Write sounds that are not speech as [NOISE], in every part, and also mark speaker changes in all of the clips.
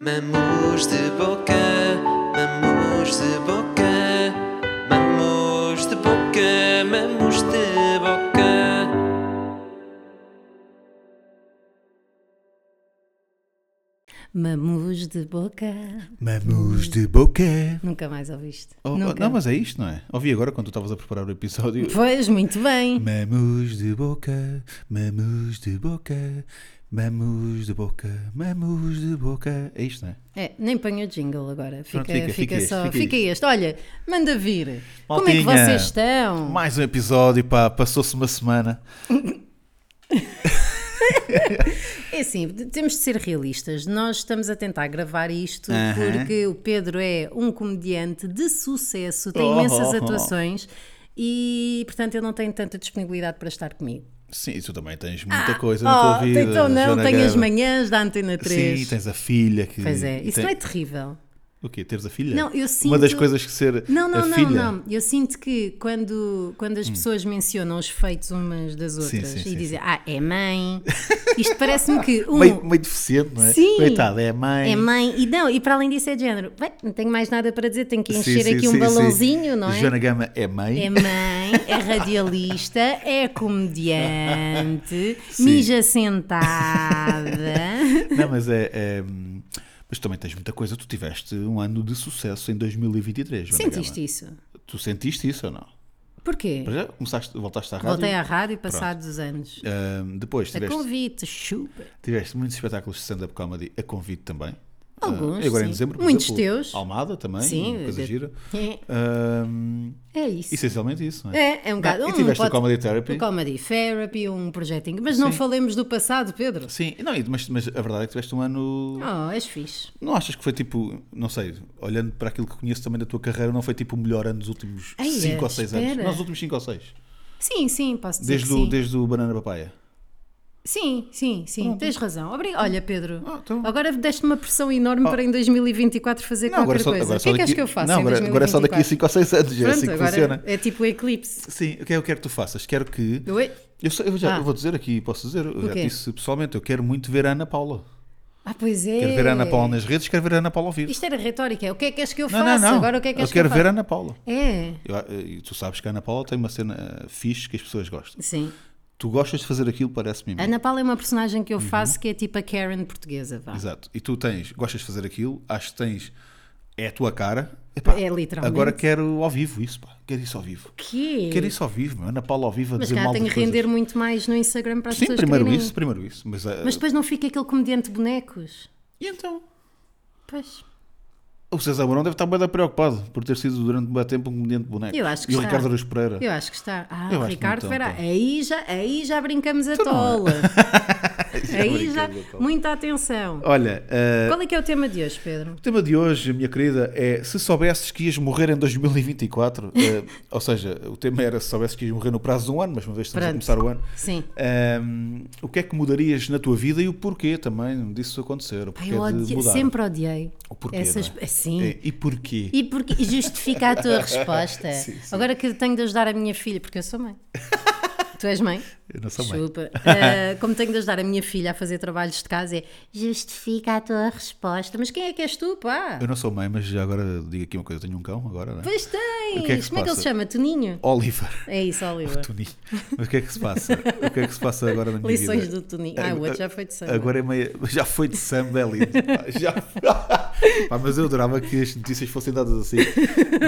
Speaker 1: Mamos de boca, mamos de boca, mamos de boca, mamos de boca.
Speaker 2: Mamus de boca.
Speaker 3: Mamos de boca.
Speaker 2: Nunca mais ouviste.
Speaker 3: Oh, oh,
Speaker 2: Nunca.
Speaker 3: não, mas é isto, não é? Ouvi agora quando tu estavas a preparar o episódio.
Speaker 2: Pois, muito bem.
Speaker 3: Mamos de boca, mamos de boca, mamos de boca, mamos de boca. É isto, não é?
Speaker 2: É, nem ponho o jingle agora. Fica,
Speaker 3: Pronto, fica,
Speaker 2: fica,
Speaker 3: fica este,
Speaker 2: só.
Speaker 3: fica
Speaker 2: fica este. Olha, manda vir. Como é que
Speaker 3: Maltinha.
Speaker 2: vocês estão?
Speaker 3: Mais um episódio, pá, passou-se uma semana.
Speaker 2: É assim, de- temos de ser realistas. Nós estamos a tentar gravar isto
Speaker 3: Aham.
Speaker 2: porque o Pedro é um comediante de sucesso, tem
Speaker 3: Oh.
Speaker 2: imensas atuações e, portanto, ele não tem tanta disponibilidade para estar comigo.
Speaker 3: Sim, e tu também tens muita coisa na tua
Speaker 2: Oh,
Speaker 3: vida.
Speaker 2: então não,
Speaker 3: Joana
Speaker 2: tenho as
Speaker 3: Guerra.
Speaker 2: manhãs da Antena 3.
Speaker 3: Sim, tens a filha que.
Speaker 2: Pois é, isso
Speaker 3: tem-
Speaker 2: não é terrível.
Speaker 3: O quê? Teres a filha?
Speaker 2: Não, eu
Speaker 3: Uma das
Speaker 2: sinto-
Speaker 3: coisas que ser.
Speaker 2: Não, não,
Speaker 3: a
Speaker 2: não,
Speaker 3: filha... Hum.
Speaker 2: não. Eu sinto que quando, quando as pessoas mencionam os feitos umas das outras
Speaker 3: sim,
Speaker 2: e
Speaker 3: sim,
Speaker 2: dizem, ah, é
Speaker 3: [LAUGHS]
Speaker 2: mãe, isto parece-me que um
Speaker 3: Meio, meio deficiente, não é?
Speaker 2: Sim.
Speaker 3: Coitada, é mãe.
Speaker 2: é mãe e não, e para além disso é de género, bem, não tenho mais nada para dizer, tenho que
Speaker 3: Sim,
Speaker 2: encher
Speaker 3: sim,
Speaker 2: aqui um
Speaker 3: sim,
Speaker 2: balãozinho,
Speaker 3: sim.
Speaker 2: não é?
Speaker 3: Joana Gama é mãe.
Speaker 2: É mãe, é radialista, é comediante,
Speaker 3: [LAUGHS] Sim.
Speaker 2: mija
Speaker 3: [LAUGHS]
Speaker 2: sentada.
Speaker 3: Não, mas é, é, hum, Mas também tens muita coisa. Tu tiveste um ano de sucesso em 2023, Joana
Speaker 2: Sentiste
Speaker 3: Gama.
Speaker 2: isso?
Speaker 3: Tu sentiste isso ou não?
Speaker 2: Porquê?
Speaker 3: Para já começaste, voltaste à rádio.
Speaker 2: Voltei à rádio passados os anos.
Speaker 3: Hum, depois
Speaker 2: A
Speaker 3: tiveste,
Speaker 2: convite, chupa.
Speaker 3: tiveste muitos espetáculos de stand-up comedy a convite também.
Speaker 2: Alguns,
Speaker 3: Ah, agora
Speaker 2: sim.
Speaker 3: em dezembro, por
Speaker 2: Muitos
Speaker 3: exemplo,
Speaker 2: teus.
Speaker 3: Almada também,
Speaker 2: Sim,
Speaker 3: coisa
Speaker 2: de-
Speaker 3: gira.
Speaker 2: É,
Speaker 3: Hum,
Speaker 2: é isso.
Speaker 3: essencialmente isso, não é?
Speaker 2: É, é um bocado.
Speaker 3: Não,
Speaker 2: um
Speaker 3: e tiveste o
Speaker 2: pod-
Speaker 3: Comedy Therapy.
Speaker 2: o Comedy Therapy, um projetinho. Mas não falemos do passado, Pedro.
Speaker 3: Sim, não, e- mas, mas a verdade é que tiveste um ano.
Speaker 2: Oh, és fixe.
Speaker 3: Não achas que foi tipo, não sei, olhando para aquilo que conheço também da tua carreira, não foi tipo o melhor ano dos últimos
Speaker 2: Ai, é,
Speaker 3: 5 ou 6 anos?
Speaker 2: espera.
Speaker 3: Não, os últimos 5 ou 6.
Speaker 2: Sim, sim, posso dizer.
Speaker 3: Desde,
Speaker 2: que
Speaker 3: o-
Speaker 2: sim.
Speaker 3: desde o Banana Papaya.
Speaker 2: sim, sim, sim, tens razão. Obri- Olha, Pedro,
Speaker 3: Ah, então. Ah.
Speaker 2: agora deste uma pressão enorme para em 2024 fazer qualquer coisa. o que é que
Speaker 3: daqui-
Speaker 2: és que eu faço?
Speaker 3: Não,
Speaker 2: em
Speaker 3: agora, agora é só daqui a
Speaker 2: 2024?
Speaker 3: 5 ou 6 anos, é assim que
Speaker 2: Pronto, agora
Speaker 3: funciona.
Speaker 2: é tipo o eclipse.
Speaker 3: Sim, o que é que eu quero que tu faças? Quero que.
Speaker 2: Oi?
Speaker 3: Eu, sei- eu já
Speaker 2: Ah.
Speaker 3: eu vou dizer aqui, posso dizer, eu já
Speaker 2: quê?
Speaker 3: disse pessoalmente, eu quero muito ver a Ana Paula.
Speaker 2: Ah, pois é.
Speaker 3: Quero ver a Ana Paula nas redes, quero ver a Ana Paula ao vivo.
Speaker 2: Isto era retórica. é, O que é que és que eu
Speaker 3: não,
Speaker 2: faço?
Speaker 3: não, não.
Speaker 2: Agora o que é que
Speaker 3: eu
Speaker 2: és
Speaker 3: quero
Speaker 2: que eu
Speaker 3: ver a
Speaker 2: faço?
Speaker 3: Ana Paula.
Speaker 2: É.
Speaker 3: Eu- e tu sabes que a Ana Paula tem uma cena eh, fixe que as pessoas gostam.
Speaker 2: Sim.
Speaker 3: Tu gostas de fazer aquilo, parece-me. a mim.
Speaker 2: Ana Paula é uma personagem que eu faço que é tipo a Karen portuguesa. Vá.
Speaker 3: Uhum. Exato. E tu tens, gostas de fazer aquilo, acho que tens, é a tua cara. Epá,
Speaker 2: É literalmente.
Speaker 3: Agora quero ao vivo isso, pá. Quero isso ao vivo.
Speaker 2: Quê?
Speaker 3: Quero isso ao vivo, meu. Ana Paula ao vivo a
Speaker 2: Mas
Speaker 3: dizer
Speaker 2: cá
Speaker 3: mal
Speaker 2: tem
Speaker 3: das
Speaker 2: que render
Speaker 3: coisas.
Speaker 2: muito mais no Instagram para as
Speaker 3: Sim,
Speaker 2: pessoas
Speaker 3: primeiro
Speaker 2: quererem.
Speaker 3: isso, primeiro isso. Mas, eh,
Speaker 2: Mas depois não fica aquele comediante de bonecos.
Speaker 3: E então?
Speaker 2: Pois.
Speaker 3: O César Mourão deve estar bem preocupado por ter sido durante um tempo um comediante de boneco.
Speaker 2: Eu acho que
Speaker 3: E o
Speaker 2: está.
Speaker 3: Ricardo Aruz Pereira.
Speaker 2: Eu acho que está. Ah,
Speaker 3: Eu acho Então que
Speaker 2: Ricardo
Speaker 3: não
Speaker 2: Ferreira.
Speaker 3: tanto.
Speaker 2: Aí já, aí já brincamos a tola.
Speaker 3: é. [LAUGHS]
Speaker 2: aí já. Muita atenção.
Speaker 3: Olha, eh,
Speaker 2: Qual é que é o tema de hoje, Pedro?
Speaker 3: o tema de hoje, minha querida, é se soubesses que ias morrer em 2024,
Speaker 2: [LAUGHS]
Speaker 3: eh, ou seja, o tema era se soubesses que ias morrer no prazo de um ano, mas uma vez estamos
Speaker 2: Pronto.
Speaker 3: a começar o ano,
Speaker 2: Sim.
Speaker 3: Ahm, o que é que mudarias na tua vida e o porquê também disso acontecer? O
Speaker 2: Pá,
Speaker 3: porquê
Speaker 2: eu
Speaker 3: de
Speaker 2: odiei,
Speaker 3: mudar.
Speaker 2: sempre odiei.
Speaker 3: O porquê,
Speaker 2: essas.
Speaker 3: não é?
Speaker 2: Sim.
Speaker 3: É, e porquê?
Speaker 2: E porque e justifica a
Speaker 3: [LAUGHS]
Speaker 2: tua resposta. Agora que tenho de ajudar a minha filha, porque eu sou
Speaker 3: [LAUGHS]
Speaker 2: mãe. tu és mãe?
Speaker 3: Eu não sou mãe. [LAUGHS]
Speaker 2: Desculpa. Ah, como tenho de ajudar a minha filha a fazer trabalhos de casa, é justifica a tua resposta. Mas quem é que és tu, pá?
Speaker 3: Eu não sou mãe, mas já agora digo aqui uma coisa: eu tenho um cão agora, não é?
Speaker 2: Pois tens!
Speaker 3: O que é que se
Speaker 2: Como é que ele
Speaker 3: passa?
Speaker 2: se chama? Toninho?
Speaker 3: Oliver. [LAUGHS]
Speaker 2: É isso, Oliver.
Speaker 3: Toninho. Mas o que é que se passa? O que é que se passa agora na minha
Speaker 2: Lições
Speaker 3: vida?
Speaker 2: do Toninho. Ah, o outro já foi de samba.
Speaker 3: Agora é meio. Já foi de samba,
Speaker 2: [LAUGHS]
Speaker 3: é lindo. pá, Já... Pá, mas eu adorava que as notícias fossem dadas assim.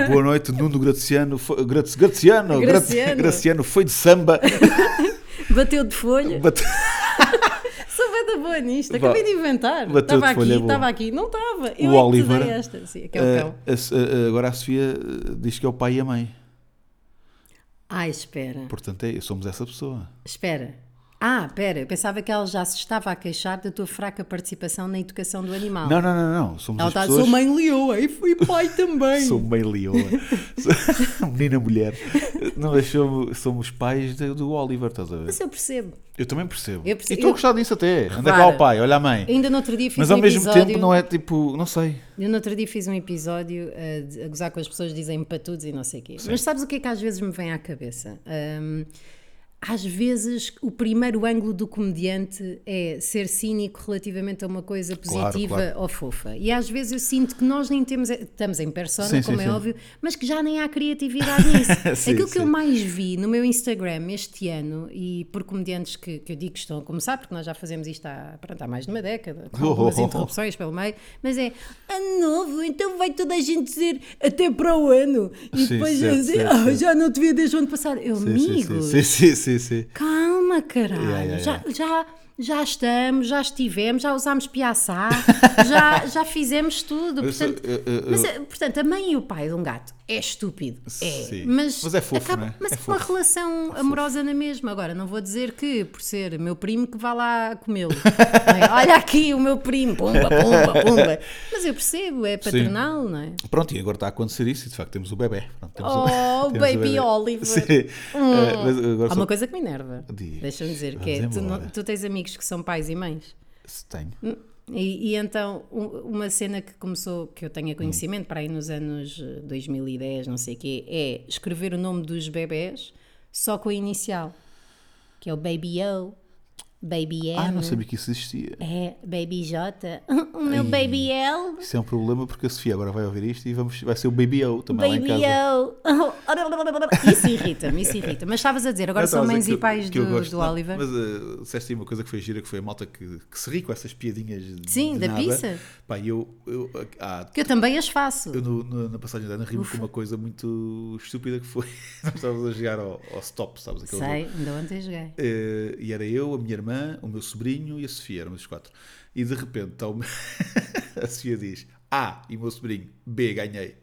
Speaker 3: Boa noite, Nuno Graciano. Foi... Graci- Graciano, Gra-
Speaker 2: Graciano.
Speaker 3: Graciano foi
Speaker 2: [LAUGHS]
Speaker 3: de samba.
Speaker 2: Bateu de folha.
Speaker 3: Bate-
Speaker 2: Sou bem da boa nisto.
Speaker 3: Vá.
Speaker 2: Acabei de inventar.
Speaker 3: Bateu
Speaker 2: Estava
Speaker 3: de
Speaker 2: aqui,
Speaker 3: folha é boa.
Speaker 2: estava aqui. Não estava.
Speaker 3: O
Speaker 2: Eu é que te
Speaker 3: Oliver,
Speaker 2: dei esta. Sim, que é o
Speaker 3: Ah,
Speaker 2: cão.
Speaker 3: a S- a- a- agora a Sofia ah, diz que é o pai e a mãe.
Speaker 2: Ai, espera.
Speaker 3: Portanto, é, somos essa pessoa.
Speaker 2: Espera. Ah, pera, eu pensava que ela já se estava a queixar da tua fraca participação na educação do animal.
Speaker 3: Não, não, não, não. Somos
Speaker 2: Ah. ela tá
Speaker 3: as
Speaker 2: está,
Speaker 3: pessoas.
Speaker 2: sou mãe leoa e fui pai também.
Speaker 3: [LAUGHS] Sou meio leoa. Sou- Menina mulher. Não, mas somos, somos pais de- do Oliver, estás a ver?
Speaker 2: Isso eu percebo.
Speaker 3: Eu também percebo.
Speaker 2: Eu perce-
Speaker 3: E estou
Speaker 2: eu-
Speaker 3: a gostar disso até. Anda
Speaker 2: Repara.
Speaker 3: cá o pai, olha a mãe.
Speaker 2: Ainda no outro dia fiz
Speaker 3: Mas
Speaker 2: um
Speaker 3: ao mesmo
Speaker 2: episódio.
Speaker 3: tempo não é tipo, não sei.
Speaker 2: Eu no outro dia fiz um episódio eh, de- a gozar com as pessoas, dizem para todos e não sei o quê. Mas sabes o que é que às vezes me vem à cabeça? Ahm, às vezes o primeiro ângulo do comediante é ser cínico relativamente a uma coisa
Speaker 3: Claro,
Speaker 2: positiva
Speaker 3: claro.
Speaker 2: ou fofa. E às vezes eu sinto que nós nem temos, estamos em persona,
Speaker 3: Sim, sim,
Speaker 2: como é
Speaker 3: sim.
Speaker 2: óbvio, mas que já nem há criatividade
Speaker 3: [LAUGHS]
Speaker 2: nisso.
Speaker 3: Sim,
Speaker 2: Aquilo que eu
Speaker 3: sim.
Speaker 2: mais vi no meu Instagram este ano, e por comediantes que, que eu digo que estão a começar, porque nós já fazemos isto há, pronto, há mais de uma década, com
Speaker 3: Oh,
Speaker 2: algumas
Speaker 3: oh, oh, oh.
Speaker 2: interrupções pelo meio, mas é ano novo, então vai toda a gente dizer até para o ano, e
Speaker 3: Sim,
Speaker 2: depois
Speaker 3: certo,
Speaker 2: eu dizer,
Speaker 3: certo,
Speaker 2: "Ah,
Speaker 3: certo.
Speaker 2: já não te vi desde o ano passado. Eu,
Speaker 3: Sim, sim,
Speaker 2: amigo,
Speaker 3: Sim, sim, sim, sim.
Speaker 2: calma, caralho.
Speaker 3: Yeah, yeah,
Speaker 2: Já, já, já estamos, já estivemos, já usámos
Speaker 3: [LAUGHS]
Speaker 2: piaçá, já, já fizemos tudo.
Speaker 3: Eu sou-
Speaker 2: Portanto,
Speaker 3: eu- eu-
Speaker 2: mas,
Speaker 3: eu-
Speaker 2: eh, portanto, a mãe e o pai de um gato é estúpido. É,
Speaker 3: Sim.
Speaker 2: mas,
Speaker 3: Mas é fofo, não é?
Speaker 2: Mas
Speaker 3: É
Speaker 2: é, uma
Speaker 3: fofo.
Speaker 2: relação amorosa na mesma. Agora, não vou dizer que, por ser meu primo, que vá lá comê-lo. Não é? Olha aqui o meu primo, pumba, pumba, pumba. Mas eu percebo, é paternal, não é?
Speaker 3: eh, Pronto, e agora está a acontecer isso e de facto temos o bebê. Pronto, temos
Speaker 2: Oh,
Speaker 3: [LAUGHS] temos
Speaker 2: baby
Speaker 3: bebé.
Speaker 2: Oliver. Hum.
Speaker 3: Sim. Eh, mas agora
Speaker 2: Há
Speaker 3: só...
Speaker 2: uma coisa que me enerva.
Speaker 3: Diz.
Speaker 2: Deixa-me dizer que é,
Speaker 3: Vamos
Speaker 2: tu,
Speaker 3: embora.
Speaker 2: não- tu tens amigos que são pais e mães.
Speaker 3: Se Tenho.
Speaker 2: E, e então, u- uma cena que começou, que eu tenha conhecimento, para aí nos anos eh, 2010, não sei o quê, é escrever o nome dos bebés só com a inicial, que é o Baby O, Baby M,
Speaker 3: Ah, não sabia que isso existia.
Speaker 2: é Baby J, [LAUGHS] o meu
Speaker 3: Ai.
Speaker 2: Baby L,
Speaker 3: Isso é um problema porque a Sofia agora vai ouvir isto e vamos... vai ser o Baby O também lá em
Speaker 2: Baby
Speaker 3: casa.
Speaker 2: O. [LAUGHS] Isso irrita-me, isso irrita Mas estavas a dizer, agora
Speaker 3: Não,
Speaker 2: são
Speaker 3: estava a
Speaker 2: mães
Speaker 3: dizer
Speaker 2: e pais
Speaker 3: Então, eu
Speaker 2: do,
Speaker 3: gosto,
Speaker 2: do
Speaker 3: não,
Speaker 2: Oliver.
Speaker 3: Mas uh, disseste aí uma coisa que foi gira, que foi a malta que, que se ri com essas piadinhas de-
Speaker 2: Sim,
Speaker 3: de
Speaker 2: da
Speaker 3: nada.
Speaker 2: pizza.
Speaker 3: Pá, e eu, eu, ah,
Speaker 2: Que eu também as faço.
Speaker 3: Eu no- no- na passagem de ano rimo com uma coisa muito estúpida que foi. [LAUGHS] Nós estávamos a jogar ao, ao stop, sabes? Aquele
Speaker 2: Sei,
Speaker 3: jogo.
Speaker 2: ainda ontem joguei.
Speaker 3: Eh, e era eu, a minha irmã, o meu sobrinho e a Sofia, éramos os quatro. E de repente está o meu- [LAUGHS] a Sofia diz A e o meu sobrinho B, ganhei.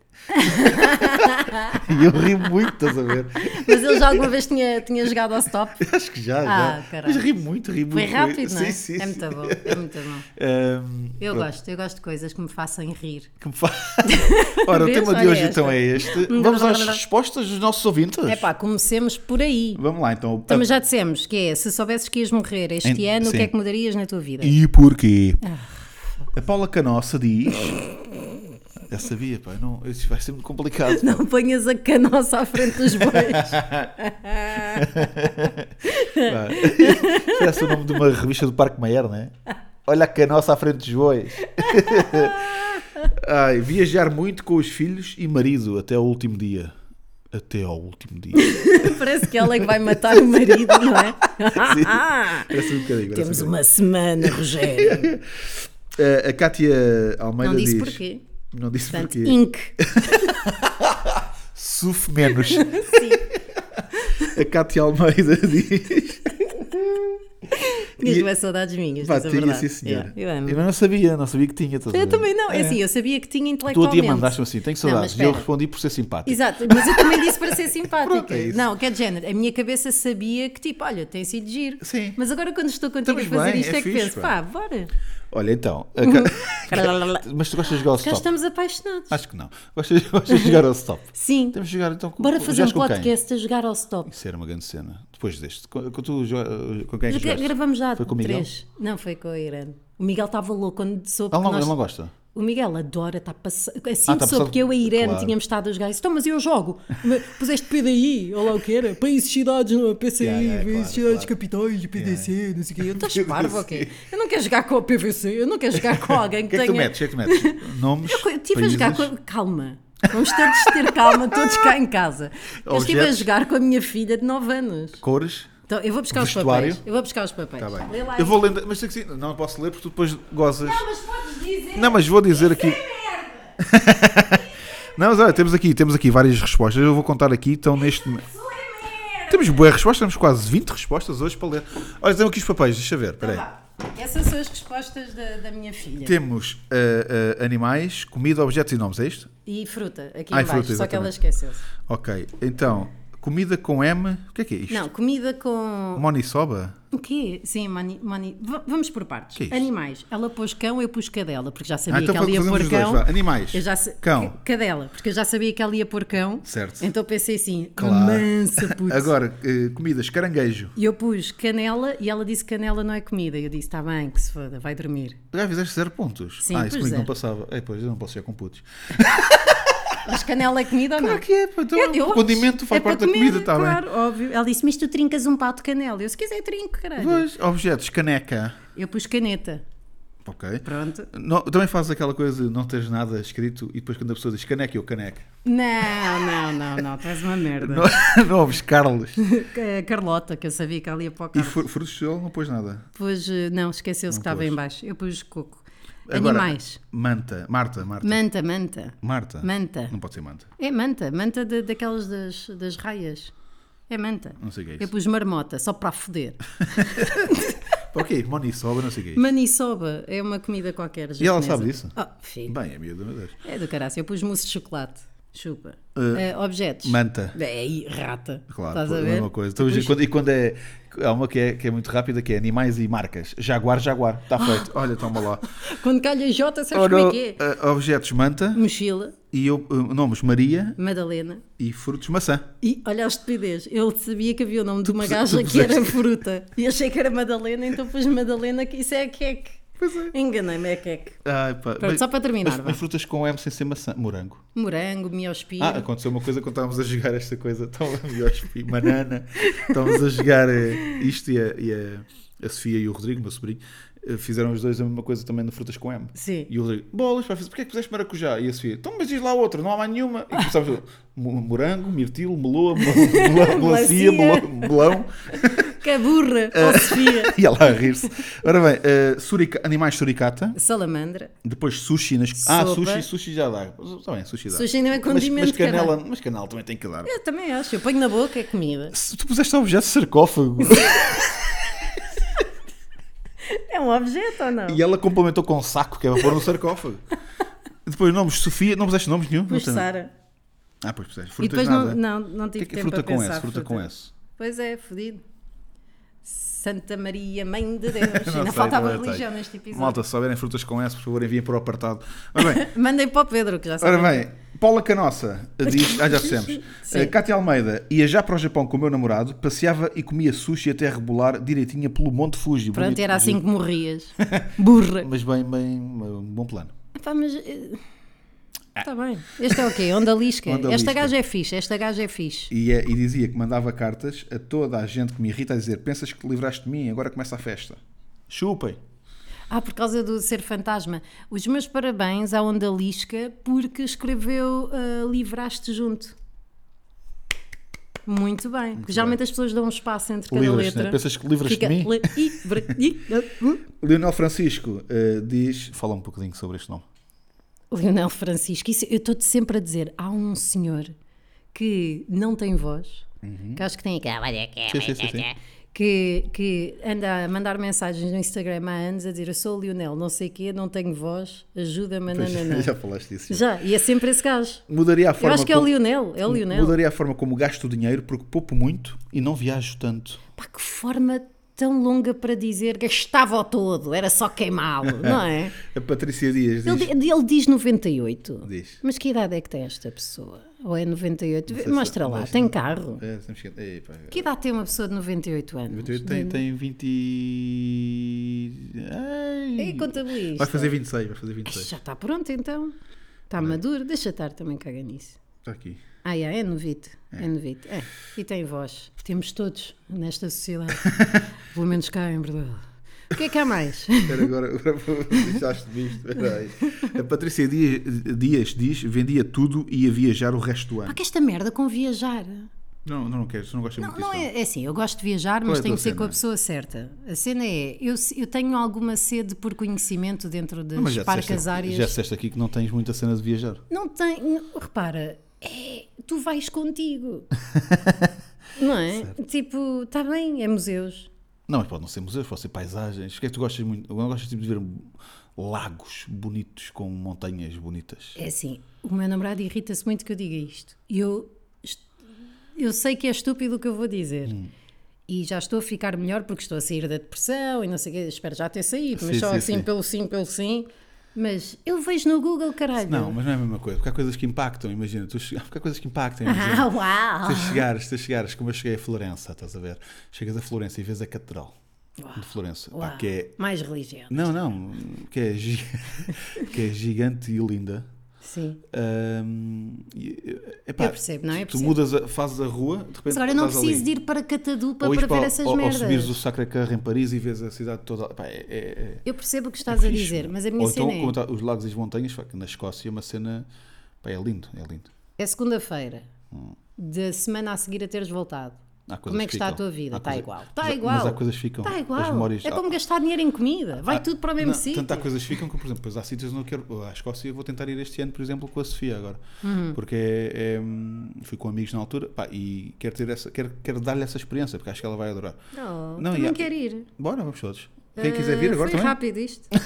Speaker 3: [LAUGHS] e eu ri muito, estás a ver?
Speaker 2: Mas ele já alguma vez tinha, tinha jogado ao stop.
Speaker 3: Acho que já,
Speaker 2: Ah,
Speaker 3: já.
Speaker 2: caralho.
Speaker 3: Mas ri muito, ri muito.
Speaker 2: Foi
Speaker 3: ri-
Speaker 2: rápido, não é?
Speaker 3: Sim, sim,
Speaker 2: é
Speaker 3: sim.
Speaker 2: muito bom, é muito bom.
Speaker 3: Ahm,
Speaker 2: Eu
Speaker 3: pronto.
Speaker 2: gosto, eu gosto de coisas que me façam rir.
Speaker 3: Que
Speaker 2: [LAUGHS]
Speaker 3: me fa- Ora, o
Speaker 2: Vês?
Speaker 3: tema de
Speaker 2: Olha
Speaker 3: hoje
Speaker 2: esta. Hum,
Speaker 3: então é este. Vamos às respostas dos nossos ouvintes.
Speaker 2: É pá, comecemos por aí.
Speaker 3: Vamos lá então.
Speaker 2: Também já dissemos que é, se soubesses que ias morrer este
Speaker 3: Em-
Speaker 2: ano, o que
Speaker 3: sim.
Speaker 2: é que mudarias na tua vida?
Speaker 3: E porquê?
Speaker 2: Ah.
Speaker 3: A Paula Canossa diz. [LAUGHS] Eu sabia, pá, não, isso vai ser muito complicado. pá.
Speaker 2: Não ponhas a canossa à frente dos bois. [LAUGHS]
Speaker 3: Isso Parece o nome de uma revista do Parque Mayer, não é? Olha a canossa à frente dos bois. [LAUGHS] Ai, viajar muito com os filhos e marido até ao último dia. Até ao último dia.
Speaker 2: [LAUGHS] Parece que ela é que vai matar o marido, não é?
Speaker 3: Parece um bocadinho. parece
Speaker 2: [LAUGHS] Temos
Speaker 3: um
Speaker 2: uma semana, Rogério.
Speaker 3: bocadinho. Eh, A, a Cátia Almeida
Speaker 2: Não disse
Speaker 3: diz.
Speaker 2: porquê.
Speaker 3: Não disse
Speaker 2: Portanto,
Speaker 3: porquê. [LAUGHS]
Speaker 2: Inc.
Speaker 3: Sufo
Speaker 2: [LAUGHS]
Speaker 3: menos. [LAUGHS] A Cátia Almeida diz.
Speaker 2: Tinhas
Speaker 3: E-
Speaker 2: boas saudades minhas,
Speaker 3: Pá,
Speaker 2: diz a
Speaker 3: tinha,
Speaker 2: é verdade.
Speaker 3: sim, senhor.
Speaker 2: Yeah, eu amo.
Speaker 3: Eu não sabia, não sabia que tinha. estás a
Speaker 2: Eu
Speaker 3: ver?
Speaker 2: também não, é assim, eu sabia que tinha
Speaker 3: Tu a
Speaker 2: intelectualmente.
Speaker 3: dia mandaste-me assim, tenho
Speaker 2: mas
Speaker 3: saudades. E eu
Speaker 2: espera.
Speaker 3: respondi por ser simpático.
Speaker 2: Exato, mas eu também disse para ser simpática.
Speaker 3: Pronto, é isso.
Speaker 2: não, que é de género. A minha cabeça sabia que, tipo, olha, tem sido giro.
Speaker 3: Sim.
Speaker 2: [LAUGHS] Mas agora quando estou contigo
Speaker 3: Estamos
Speaker 2: a fazer
Speaker 3: bem,
Speaker 2: isto
Speaker 3: é
Speaker 2: é, que
Speaker 3: fixe,
Speaker 2: penso, pá,
Speaker 3: pá.
Speaker 2: bora.
Speaker 3: Olha, então. a
Speaker 2: [LAUGHS]
Speaker 3: ca- Mas tu gostas de jogar ao
Speaker 2: Já
Speaker 3: stop?
Speaker 2: estamos apaixonados.
Speaker 3: Acho que não. Gostas, [LAUGHS] gostas de jogar ao stop?
Speaker 2: Sim.
Speaker 3: Temos de jogar então com
Speaker 2: Bora
Speaker 3: com-
Speaker 2: fazer um
Speaker 3: jogas com quem?
Speaker 2: podcast a jogar ao stop.
Speaker 3: Isso era uma grande cena. Depois deste. Com, com, tu, jo- com quem é que
Speaker 2: Gra-
Speaker 3: jogaste?
Speaker 2: Gravamos já
Speaker 3: Foi com o Miguel?
Speaker 2: três. Não, foi com a Irene. O Miguel estava louco quando soube
Speaker 3: Ele
Speaker 2: que
Speaker 3: não,
Speaker 2: nós...
Speaker 3: ele não gosta.
Speaker 2: O Miguel adora, está passando. Assim
Speaker 3: Ah,
Speaker 2: que soube
Speaker 3: tá passado-
Speaker 2: que eu e a Irene
Speaker 3: Claro.
Speaker 2: tínhamos estado a jogar isso. Então, mas eu jogo. Mas Puseste PDI, olha lá o que era. Países, cidades, não é? PCI,
Speaker 3: Yeah, yeah,
Speaker 2: países,
Speaker 3: claro,
Speaker 2: cidades,
Speaker 3: claro.
Speaker 2: capitais, PDC, não sei o quê. Eu estás parvo, ok? Eu não quero jogar com a PVC, eu não quero jogar com alguém
Speaker 3: O
Speaker 2: que
Speaker 3: que é que
Speaker 2: tenha.
Speaker 3: tu metes? O que é que tu
Speaker 2: [LAUGHS]
Speaker 3: metes? Nomes.
Speaker 2: Eu estive a jogar com.
Speaker 3: países?
Speaker 2: a- Calma. Vamos todos ter calma, todos cá em
Speaker 3: [LAUGHS]
Speaker 2: casa. Eu estive a
Speaker 3: Objetos.
Speaker 2: jogar com a minha filha de 9 anos.
Speaker 3: Cores.
Speaker 2: Então, eu vou buscar os
Speaker 3: Vestuário?
Speaker 2: papéis. Eu vou buscar os papéis.
Speaker 3: Está bem.
Speaker 2: Lê lá aí.
Speaker 3: Eu vou lendo. Mas tem que ser- não posso ler porque tu depois gozas.
Speaker 2: Ah, mas é podes dizer.
Speaker 3: Não, mas vou dizer aqui. [LAUGHS] Não, mas olha, temos aqui, temos aqui várias respostas. Eu vou contar aqui, então neste. momento-
Speaker 2: é
Speaker 3: Temos boas respostas, temos quase 20 respostas hoje para ler. Olha, temos aqui os papéis, deixa eu ver, peraí.
Speaker 2: Pá, Essas são as respostas da, da minha filha.
Speaker 3: Temos ah, ah, animais, comida, objetos e nomes, é isto?
Speaker 2: E fruta, aqui
Speaker 3: Ah, e
Speaker 2: em baixo,
Speaker 3: fruta,
Speaker 2: só que ela
Speaker 3: exatamente.
Speaker 2: esqueceu-se.
Speaker 3: Ok, então, comida com M, o que é que é isto?
Speaker 2: Não, comida com.
Speaker 3: Monisoba?
Speaker 2: O quê? Sim, mani... mani- v- Vamos por partes.
Speaker 3: Que é isto?
Speaker 2: Animais. Ela pôs cão, eu pus cadela, porque já sabia
Speaker 3: Ah, então
Speaker 2: que ela ia
Speaker 3: fazemos
Speaker 2: pôr
Speaker 3: os dois,
Speaker 2: cão.
Speaker 3: vá. Animais.
Speaker 2: Eu já sa-
Speaker 3: Cão.
Speaker 2: ca- Cadela, porque eu já sabia que ela ia pôr cão.
Speaker 3: Certo.
Speaker 2: Então pensei assim,
Speaker 3: Claro.
Speaker 2: mansa
Speaker 3: [LAUGHS]
Speaker 2: puta.
Speaker 3: Agora, eh, comidas, caranguejo.
Speaker 2: E eu pus canela e ela disse que canela não é comida. E eu disse, está bem, que se foda, vai dormir.
Speaker 3: Já fizeste zero pontos.
Speaker 2: Sim,
Speaker 3: ah,
Speaker 2: pois
Speaker 3: isso comigo
Speaker 2: é.
Speaker 3: não passava. Ei, pois, eu não posso ir com putos.
Speaker 2: Mas canela é comida ou não?
Speaker 3: Claro que é, pá, então,
Speaker 2: Eu- eu-
Speaker 3: o condimento faz
Speaker 2: é
Speaker 3: parte
Speaker 2: para
Speaker 3: da
Speaker 2: comer,
Speaker 3: comida, está bem?
Speaker 2: Claro, óbvio. Ela disse, mas tu trincas um pau de canela. Eu, se quiser, trinco, caralho.
Speaker 3: Pois, objetos, caneca.
Speaker 2: Eu pus caneta.
Speaker 3: Ok.
Speaker 2: Pronto.
Speaker 3: Não, também fazes aquela coisa, de não tens nada escrito e depois quando a pessoa diz caneca, eu caneca.
Speaker 2: Não, não, não, não. Tu és uma merda.
Speaker 3: Não, [LAUGHS] não ouves Carlos.
Speaker 2: Eh, Carlota, que eu sabia que ali ia para o
Speaker 3: E
Speaker 2: carro.
Speaker 3: fru- frutos do sol não pôs nada.
Speaker 2: Pois, eh, não, esqueceu-se que estava
Speaker 3: pôs.
Speaker 2: em baixo. Eu pus coco.
Speaker 3: Agora,
Speaker 2: Animais.
Speaker 3: Manta, Marta, Marta.
Speaker 2: Manta, manta.
Speaker 3: Marta.
Speaker 2: Manta.
Speaker 3: Não pode ser Manta.
Speaker 2: É manta. Manta de- daquelas das, das raias. É manta.
Speaker 3: Não sei o que é
Speaker 2: Eu
Speaker 3: isso.
Speaker 2: pus marmota, só para foder.
Speaker 3: Ok, Monisoba, não sei o que é isso.
Speaker 2: Maniçoba é uma comida qualquer.
Speaker 3: E ela
Speaker 2: japonesa.
Speaker 3: sabe disso?
Speaker 2: Ah, filho.
Speaker 3: Bem, a miúda, meu Deus.
Speaker 2: É do caraço, eu pus mousse de chocolate. Chupa. Eh, objetos.
Speaker 3: Manta.
Speaker 2: É aí, rata.
Speaker 3: Claro,
Speaker 2: Estás a
Speaker 3: é
Speaker 2: ver?
Speaker 3: uma coisa. Então,
Speaker 2: Eu
Speaker 3: e, quando, e quando é. Há uma que é, que é muito rápida, que é animais e marcas. Jaguar, jaguar. Está feito. Olha, toma lá.
Speaker 2: Quando calha Jota, sabes Ah. como
Speaker 3: Ora,
Speaker 2: é que é?
Speaker 3: eh, objetos, manta.
Speaker 2: Mochila,
Speaker 3: E eu, eh, nomes, Maria
Speaker 2: Madalena.
Speaker 3: e frutos, maçã.
Speaker 2: E olha a estupidez, eu sabia que havia o nome de
Speaker 3: [LAUGHS]
Speaker 2: uma
Speaker 3: puse-
Speaker 2: gaja
Speaker 3: tu
Speaker 2: que era
Speaker 3: puseste-
Speaker 2: fruta. E achei que era Madalena, então pus Madalena, que isso é queque.
Speaker 3: Pois é.
Speaker 2: Enganei-me, é queque.
Speaker 3: Ai, pá.
Speaker 2: Pronto, só para terminar,
Speaker 3: Mas,
Speaker 2: vá.
Speaker 3: mas frutas com M sem ser maçã. Morango.
Speaker 2: Morango, miospiro.
Speaker 3: Ah, aconteceu uma coisa quando estávamos a jogar esta coisa. Estávamos a banana. Estávamos a jogar eh, isto e, a, e a, a Sofia e o Rodrigo, meu sobrinho, eh, fizeram os dois a mesma coisa também de frutas com M.
Speaker 2: Sim.
Speaker 3: E o Rodrigo, bolas, para fazer, porquê é que puseste maracujá? E a Sofia, então mas diz lá outra, não há mais nenhuma. E começámos a mo- morango, mirtilo, meloa, mel- mela- melancia,
Speaker 2: [LAUGHS] Melancia.
Speaker 3: melão. melão.
Speaker 2: Que a burra,
Speaker 3: É.
Speaker 2: ó Sofia.
Speaker 3: E ela a rir-se. Ora bem, eh, surica- animais suricata.
Speaker 2: Salamandra.
Speaker 3: Depois sushi nas. Ah,
Speaker 2: Sopa.
Speaker 3: sushi, sushi já dá. Está bem, sushi dá.
Speaker 2: Sushi não é
Speaker 3: Mas-
Speaker 2: condimento,
Speaker 3: mas, canela, mas canela também tem que dar.
Speaker 2: Eu também acho, eu ponho na boca, é comida.
Speaker 3: Se tu puseste objeto de sarcófago
Speaker 2: É um objeto ou não?
Speaker 3: e ela complementou com um saco que é para pôr no sarcófago. Depois nomes, Sofia, não puseste nomes nenhum? Não
Speaker 2: Pus
Speaker 3: tem-
Speaker 2: Sara.
Speaker 3: Ah, pois puseste.
Speaker 2: E
Speaker 3: Frutas
Speaker 2: depois
Speaker 3: nada.
Speaker 2: não, não, não
Speaker 3: O que
Speaker 2: tive
Speaker 3: é que é
Speaker 2: tempo
Speaker 3: fruta
Speaker 2: para
Speaker 3: com
Speaker 2: pensar.
Speaker 3: S? Fruta com S.
Speaker 2: Pois é, fodido. Santa Maria, Mãe
Speaker 3: [LAUGHS]
Speaker 2: de Deus.
Speaker 3: Não
Speaker 2: Ainda
Speaker 3: sei,
Speaker 2: faltava
Speaker 3: também
Speaker 2: religião
Speaker 3: tenho.
Speaker 2: neste episódio.
Speaker 3: Malta, se souberem frutas com S, por favor, enviem para o apartado. Ora bem,
Speaker 2: Mandei para o Pedro, que já sabe.
Speaker 3: ora bem Paula Canossa diz. Ah, já dissemos.
Speaker 2: Sim.
Speaker 3: Eh, Cátia Almeida ia já para o Japão com o meu namorado, passeava e comia sushi até rebolar direitinha pelo Monte Fuji.
Speaker 2: Pronto,
Speaker 3: Bonito,
Speaker 2: era assim
Speaker 3: giro.
Speaker 2: que morrias. [LAUGHS] Burra.
Speaker 3: Mas bem, bem, um bom plano.
Speaker 2: Epá, mas. Está bem. Este é o quê? Onda lisca.
Speaker 3: Ah. Onda
Speaker 2: esta
Speaker 3: lisca.
Speaker 2: gaja é fixe, esta gaja é fixe.
Speaker 3: E, é- e dizia que mandava cartas a toda a gente que me irrita a dizer: Pensas que te livraste de mim, agora começa a festa. Chupem.
Speaker 2: Ah, por causa do ser fantasma. Os meus parabéns à Onda Lisca porque escreveu ah, Livraste junto. Muito bem. porque Geralmente as pessoas dão um espaço entre cada
Speaker 3: Livras,
Speaker 2: letra.
Speaker 3: né? Pensas que livras
Speaker 2: Fica
Speaker 3: de mim?
Speaker 2: li- livre- li-
Speaker 3: Leonel Francisco eh, diz: Fala um bocadinho sobre este nome.
Speaker 2: [LAUGHS] Leonel Francisco, isso, eu estou-te sempre a dizer: há um senhor que não tem voz,
Speaker 3: Uhum.
Speaker 2: que acho que tem aquela.
Speaker 3: Sim, sim, sim, sim.
Speaker 2: Que, que anda a mandar mensagens no Instagram há anos a dizer: Eu sou o Leonel, não sei o quê, não tenho voz, ajuda-me.
Speaker 3: Pois,
Speaker 2: nananã."
Speaker 3: [LAUGHS] já falaste disso. já.
Speaker 2: Já, e é sempre esse gajo.
Speaker 3: Mudaria a
Speaker 2: Eu
Speaker 3: forma
Speaker 2: acho que é o
Speaker 3: como-
Speaker 2: Lionel, é o Lionel.
Speaker 3: Mudaria a forma como gasto o dinheiro porque poupo muito e não viajo tanto.
Speaker 2: Pá, que forma tão longa para dizer gastava o todo, era só queimá-lo, não é?
Speaker 3: A Patrícia Dias [LAUGHS] diz.
Speaker 2: Ele, di- ele diz 98.
Speaker 3: Diz.
Speaker 2: Mas que idade é que tem esta pessoa? Ou é 98? Vê-
Speaker 3: sei se-
Speaker 2: Mostra lá,
Speaker 3: mas-
Speaker 2: tem carro.
Speaker 3: É, sempre esquece- Ei, pá,
Speaker 2: Que idade tem uma pessoa de 98 anos?
Speaker 3: 28 tem, tem 20. Ai.
Speaker 2: E contabilista?
Speaker 3: Vai fazer 26, vai fazer 26.
Speaker 2: Já está pronto então. Está maduro, deixa estar também caga nisso.
Speaker 3: Está aqui.
Speaker 2: Ah, é, é novito. É, novito. É. E tem voz. Temos todos nesta
Speaker 3: [LAUGHS]
Speaker 2: sociedade. Pelo menos cá em Portugal. O que é que há
Speaker 3: [LAUGHS]
Speaker 2: mais?
Speaker 3: Espera, agora, agora deixaste-me isto. espera aí. A Patrícia Dias, Dias diz: vendia tudo e ia viajar o resto do
Speaker 2: Pá,
Speaker 3: ano.
Speaker 2: que esta merda com viajar.
Speaker 3: Não, não, não queres, não gosto muito
Speaker 2: Não
Speaker 3: disso.
Speaker 2: é, é assim, eu gosto de viajar,
Speaker 3: Qual
Speaker 2: mas
Speaker 3: é a
Speaker 2: tem
Speaker 3: tua
Speaker 2: que ser com a
Speaker 3: cena?
Speaker 2: pessoa certa. A cena é, eu, se- eu tenho alguma sede por conhecimento dentro das
Speaker 3: não. Mas já
Speaker 2: parcas
Speaker 3: disseste, aqui- já
Speaker 2: áreas.
Speaker 3: disseste aqui que não tens muita cena de viajar.
Speaker 2: Não tem, não- repara, é, tu vais
Speaker 3: [LAUGHS]
Speaker 2: contigo. não é? Tipo, está bem, é museus.
Speaker 3: Não, mas pode não ser museus, pode ser paisagens. O que é que tu gostas muito? Eu gosto tipo, de ver lagos bonitos com montanhas bonitas.
Speaker 2: É assim, o meu namorado irrita-se muito que eu diga isto. E Eu, est- eu sei que é estúpido o que eu vou dizer.
Speaker 3: Hum.
Speaker 2: E já estou a ficar melhor porque estou a sair da depressão e não sei o quê. Espero já ter saído, mas
Speaker 3: Sim,
Speaker 2: só
Speaker 3: sim,
Speaker 2: assim
Speaker 3: sim.
Speaker 2: pelo sim, pelo sim. Mas eu vejo no Google, caralho.
Speaker 3: Não, mas não é a mesma coisa, porque há coisas que impactam, imagina. Tu che- Porque há coisas que impactam, imagina.
Speaker 2: Ah, uau!
Speaker 3: Tu chegares, tu chegares, como eu cheguei a Florença, estás a ver? Chegas a Florença e vês a Catedral de Florença, pá,
Speaker 2: Uau.
Speaker 3: que é.
Speaker 2: Mais religião.
Speaker 3: [LAUGHS] Não, não, que é, gi- que é gigante e linda.
Speaker 2: Sim.
Speaker 3: Ahm, e, eh, epá,
Speaker 2: Eu percebo, não é? Eu
Speaker 3: Tu
Speaker 2: percebo.
Speaker 3: mudas, a, fazes a rua, de repente.
Speaker 2: Mas agora eu não
Speaker 3: estás
Speaker 2: preciso
Speaker 3: ali.
Speaker 2: de ir para Catadupa
Speaker 3: Ou ires
Speaker 2: para ver
Speaker 3: para-
Speaker 2: essas
Speaker 3: ou- ou
Speaker 2: merdas.
Speaker 3: subires o Sacré-Cœur em Paris e vês a cidade toda. Epá, é- é- é-
Speaker 2: Eu percebo o que estás a
Speaker 3: Fixe,
Speaker 2: dizer,
Speaker 3: meu.
Speaker 2: mas a minha
Speaker 3: Ou
Speaker 2: cena
Speaker 3: então, como
Speaker 2: é,
Speaker 3: tá- os lagos e as montanhas, fuck, na Escócia, é uma cena. Pá, é lindo, é lindo.
Speaker 2: é segunda-feira, da semana a seguir a teres voltado.
Speaker 3: Hum. Há coisas
Speaker 2: Como é que está a
Speaker 3: ficam.
Speaker 2: tua vida?
Speaker 3: Há
Speaker 2: Está
Speaker 3: coisa-
Speaker 2: igual.
Speaker 3: mas
Speaker 2: Está
Speaker 3: há-
Speaker 2: igual.
Speaker 3: Mas há coisas que ficam.
Speaker 2: Está
Speaker 3: As
Speaker 2: igual.
Speaker 3: memórias,
Speaker 2: é como
Speaker 3: há-
Speaker 2: gastar dinheiro em comida. Vai
Speaker 3: há-
Speaker 2: tudo para o mesmo
Speaker 3: Ah, não,
Speaker 2: sítio.
Speaker 3: Tanto há coisas que ficam que, por exemplo, depois há sítios onde eu quero. A Escócia eu vou tentar ir este ano, por exemplo, com a Sofia agora.
Speaker 2: Uhum.
Speaker 3: Porque é, é, hum, fui com amigos na altura pá, e quero, ter essa, quero, quero dar-lhe essa experiência, porque acho que ela vai adorar.
Speaker 2: Não,
Speaker 3: Não,
Speaker 2: Oh, também
Speaker 3: e há-
Speaker 2: quero ir.
Speaker 3: Bora, vamos todos. Quem quiser vir
Speaker 2: Ah,
Speaker 3: agora
Speaker 2: Foi
Speaker 3: também.
Speaker 2: rápido isto.
Speaker 3: [LAUGHS]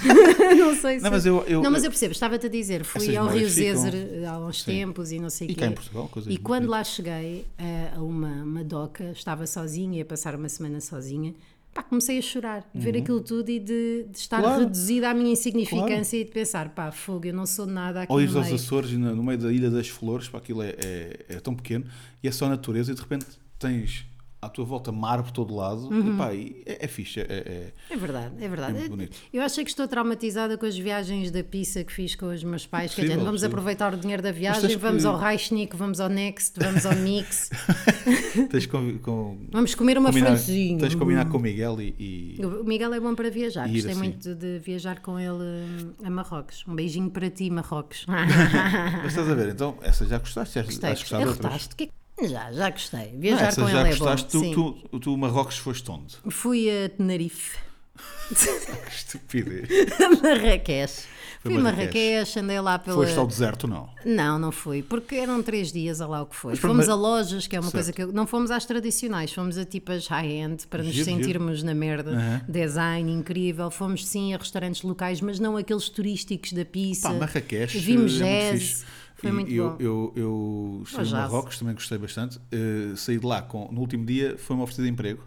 Speaker 2: não sei se...
Speaker 3: Não, mas eu- eu-
Speaker 2: Não, mas eu percebo. Estava-te a dizer. Fui
Speaker 3: Essas
Speaker 2: ao Rio
Speaker 3: memórias ficam.
Speaker 2: Zezer eh, há uns tempos e não sei o
Speaker 3: E
Speaker 2: quê.
Speaker 3: cá em Portugal, tipo. coisas
Speaker 2: E quando
Speaker 3: bonitas.
Speaker 2: lá cheguei eh, a, a uma, uma doca, estava sozinha, ia passar uma semana sozinha, pá, comecei a chorar, de ver aquilo tudo e de, de estar
Speaker 3: Uhum. Claro.
Speaker 2: reduzida à minha insignificância e de pensar, pá, fogo, eu não sou nada aqui
Speaker 3: Ou ires
Speaker 2: no
Speaker 3: aos
Speaker 2: meio.
Speaker 3: Açores, no, no meio da Ilha das Flores, para aquilo é, é- é tão pequeno, e é só natureza, e de repente tens à tua volta mar por todo lado,
Speaker 2: Uhum.
Speaker 3: e pá, e é, é fixe. é- é-
Speaker 2: É verdade, é verdade.
Speaker 3: muito bonito.
Speaker 2: Eu acho que estou traumatizada com as viagens da pizza que fiz com os meus pais. Quer dizer,
Speaker 3: Possível,
Speaker 2: vamos
Speaker 3: possível.
Speaker 2: aproveitar o dinheiro da
Speaker 3: tens
Speaker 2: viagem,
Speaker 3: que-
Speaker 2: vamos ao Reichnick, vamos ao Next, vamos ao
Speaker 3: [LAUGHS]
Speaker 2: Mix,
Speaker 3: é. tens com, com,
Speaker 2: vamos comer [LAUGHS] uma
Speaker 3: combinar,
Speaker 2: francesinha.
Speaker 3: tens de combinar com o Miguel e. e-
Speaker 2: O Miguel é bom para viajar,
Speaker 3: Ir
Speaker 2: gostei
Speaker 3: assim.
Speaker 2: muito de viajar com ele hum, a Marrocos. Um beijinho para ti,
Speaker 3: [LAUGHS]
Speaker 2: Marrocos. [LAUGHS]
Speaker 3: Mas estás a ver, então, essa já gostaste, já
Speaker 2: gostei,
Speaker 3: gostaste
Speaker 2: gostei.
Speaker 3: de outras.
Speaker 2: Arrotaste. Que... Já, já gostei.
Speaker 3: Não,
Speaker 2: Viajar
Speaker 3: essa
Speaker 2: com
Speaker 3: já
Speaker 2: ele
Speaker 3: gostaste,
Speaker 2: é bom. sim.
Speaker 3: tu, tu, tu Marrocos
Speaker 2: [LAUGHS]
Speaker 3: foste onde?
Speaker 2: Fui a
Speaker 3: [LAUGHS]
Speaker 2: Tenerife, [LAUGHS]
Speaker 3: Que estupidez.
Speaker 2: Marrakech. Fui a
Speaker 3: Marrakech.
Speaker 2: Marrakech, andei lá pela.
Speaker 3: Foste ao deserto, não?
Speaker 2: Não, não fui, porque eram três dias, a lá o que foi.
Speaker 3: Mas para
Speaker 2: Fomos
Speaker 3: Mar-
Speaker 2: a lojas, que é uma
Speaker 3: Certo.
Speaker 2: coisa que eu... Não fomos às tradicionais, fomos a tipo as high-end, para nos
Speaker 3: Giro, giro.
Speaker 2: sentirmos na merda.
Speaker 3: Aham.
Speaker 2: Design incrível. Fomos sim a restaurantes locais, mas não aqueles turísticos da pizza.
Speaker 3: Pá, Marrakech.
Speaker 2: Vimos
Speaker 3: é muito
Speaker 2: jazz.
Speaker 3: fixe.
Speaker 2: Foi
Speaker 3: E
Speaker 2: muito
Speaker 3: eu,
Speaker 2: bom.
Speaker 3: Eu, eu estive
Speaker 2: jazz.
Speaker 3: no Marrocos, também gostei bastante. Eh, saí de lá, com, no último dia, foi-me oferecido emprego.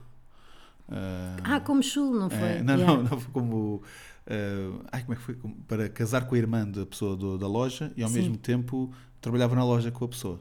Speaker 3: Ah,
Speaker 2: Ah, como chulo, não foi?
Speaker 3: eh, não,
Speaker 2: Yeah.
Speaker 3: não, não, foi como. eh, ai, como é que foi? Como- para casar com a irmã da pessoa do- da loja e ao
Speaker 2: Sim.
Speaker 3: mesmo tempo trabalhava na loja com a pessoa.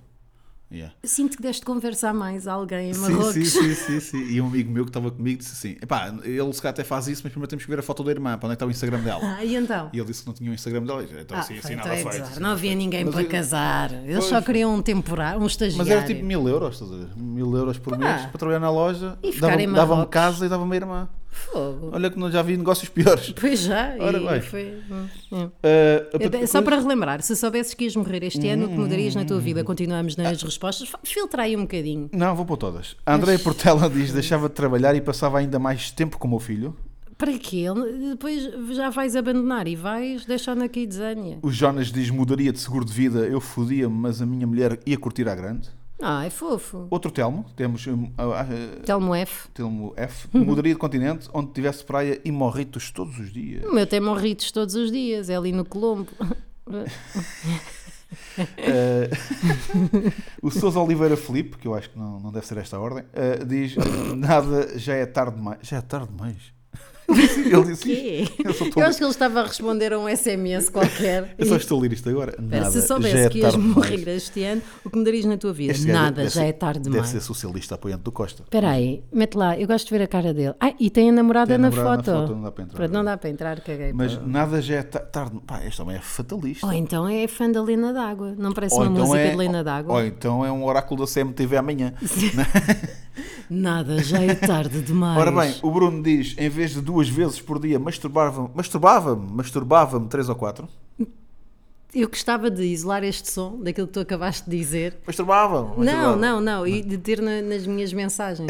Speaker 3: Yeah.
Speaker 2: Sinto que deste conversar mais a alguém em
Speaker 3: Sim,
Speaker 2: Marrocos.
Speaker 3: sim, sim, sim, sim. E um amigo meu que estava comigo disse assim: epá, ele se calhar até faz isso, mas primeiro temos que ver a foto da irmã, para onde é que está o Instagram dela.
Speaker 2: [LAUGHS] Ah, e então?
Speaker 3: E ele disse que não tinha o Instagram dela. Então,
Speaker 2: Ah,
Speaker 3: assim, assim
Speaker 2: foi,
Speaker 3: nada
Speaker 2: então é
Speaker 3: feito.
Speaker 2: bizarro. Não havia ninguém
Speaker 3: Mas
Speaker 2: para
Speaker 3: eu-
Speaker 2: casar. Eles só
Speaker 3: Pois.
Speaker 2: queriam um temporário, um
Speaker 3: Mas
Speaker 2: estagiário.
Speaker 3: era tipo mil euros, estás a ver? Mil euros por mês para trabalhar na loja.
Speaker 2: Tá. E ficar em
Speaker 3: Dava-me dava
Speaker 2: Marrocos.
Speaker 3: casa e dava-me a irmã.
Speaker 2: Fogo.
Speaker 3: Olha que não já vi negócios piores. [LAUGHS]
Speaker 2: Pois já.
Speaker 3: Ora
Speaker 2: e
Speaker 3: bem.
Speaker 2: foi- hum, hum.
Speaker 3: Ah, a
Speaker 2: É
Speaker 3: outra
Speaker 2: bem, Só
Speaker 3: coisa-
Speaker 2: para relembrar, se soubesses que ias morrer este ano, o que mudarias na tua vida? Continuamos nas respostas. Fa- Filtra aí um bocadinho.
Speaker 3: Não, vou pôr todas. A Andréia Portela diz deixava de trabalhar e passava ainda mais tempo com o meu filho.
Speaker 2: Para quê? Ele- Depois já vais abandonar e vais deixando aqui desânimo.
Speaker 3: O Jonas diz mudaria de seguro de vida, eu fodia-me, mas a minha mulher ia curtir à grande.
Speaker 2: Ah, é fofo.
Speaker 3: Outro Telmo, temos hum, ah, ah,
Speaker 2: Telmo F.
Speaker 3: Telmo F.
Speaker 2: Uhum.
Speaker 3: Mudaria de continente onde tivesse praia e morritos todos os dias.
Speaker 2: O meu tem morritos todos os dias, é ali no Colombo.
Speaker 3: Eh, [LAUGHS] o Sousa Oliveira Felipe, que eu acho que não, não deve ser esta ordem, eh, diz: Nada, já é tarde demais. Já é tarde
Speaker 2: [LAUGHS]
Speaker 3: demais. Ele disse
Speaker 2: Quê?
Speaker 3: isto. Eu só estou,
Speaker 2: Eu acho que ele estava a responder a um SMS [LAUGHS] qualquer.
Speaker 3: eu só estou a ler isto agora.
Speaker 2: Espera,
Speaker 3: Nada,
Speaker 2: se soubesse
Speaker 3: já é
Speaker 2: que ias
Speaker 3: tarde
Speaker 2: morrer
Speaker 3: demais.
Speaker 2: este ano, o que mudarias na tua vida?
Speaker 3: Este gajo
Speaker 2: Nada,
Speaker 3: deve
Speaker 2: já
Speaker 3: ser-
Speaker 2: é tarde
Speaker 3: Deve
Speaker 2: demais.
Speaker 3: ser socialista apoiante do Costa.
Speaker 2: Espera aí, mete lá, eu gosto de ver a cara dele. Ah, e tem a namorada,
Speaker 3: Tem a
Speaker 2: na,
Speaker 3: namorada na
Speaker 2: foto.
Speaker 3: foto, não dá para entrar.
Speaker 2: Pronto, não dá para entrar, caguei.
Speaker 3: Mas
Speaker 2: pá.
Speaker 3: nada já é ta- tarde. Pá, este homem é fatalista.
Speaker 2: Ou então é fã da Lena D'Água, não parece uma música de Lena D'Água?
Speaker 3: então é ou então é um oráculo da CMTV amanhã.
Speaker 2: Nada, já é tarde demais.
Speaker 3: Ora bem, o Bruno diz: em vez de duas vezes por dia, masturbava-me, masturbava-me, masturbava-me três ou quatro.
Speaker 2: Eu gostava de isolar este som daquilo que tu acabaste de dizer.
Speaker 3: Masturbava-me.
Speaker 2: Não,
Speaker 3: masturbava-me.
Speaker 2: não, não, e de ter na- nas minhas mensagens.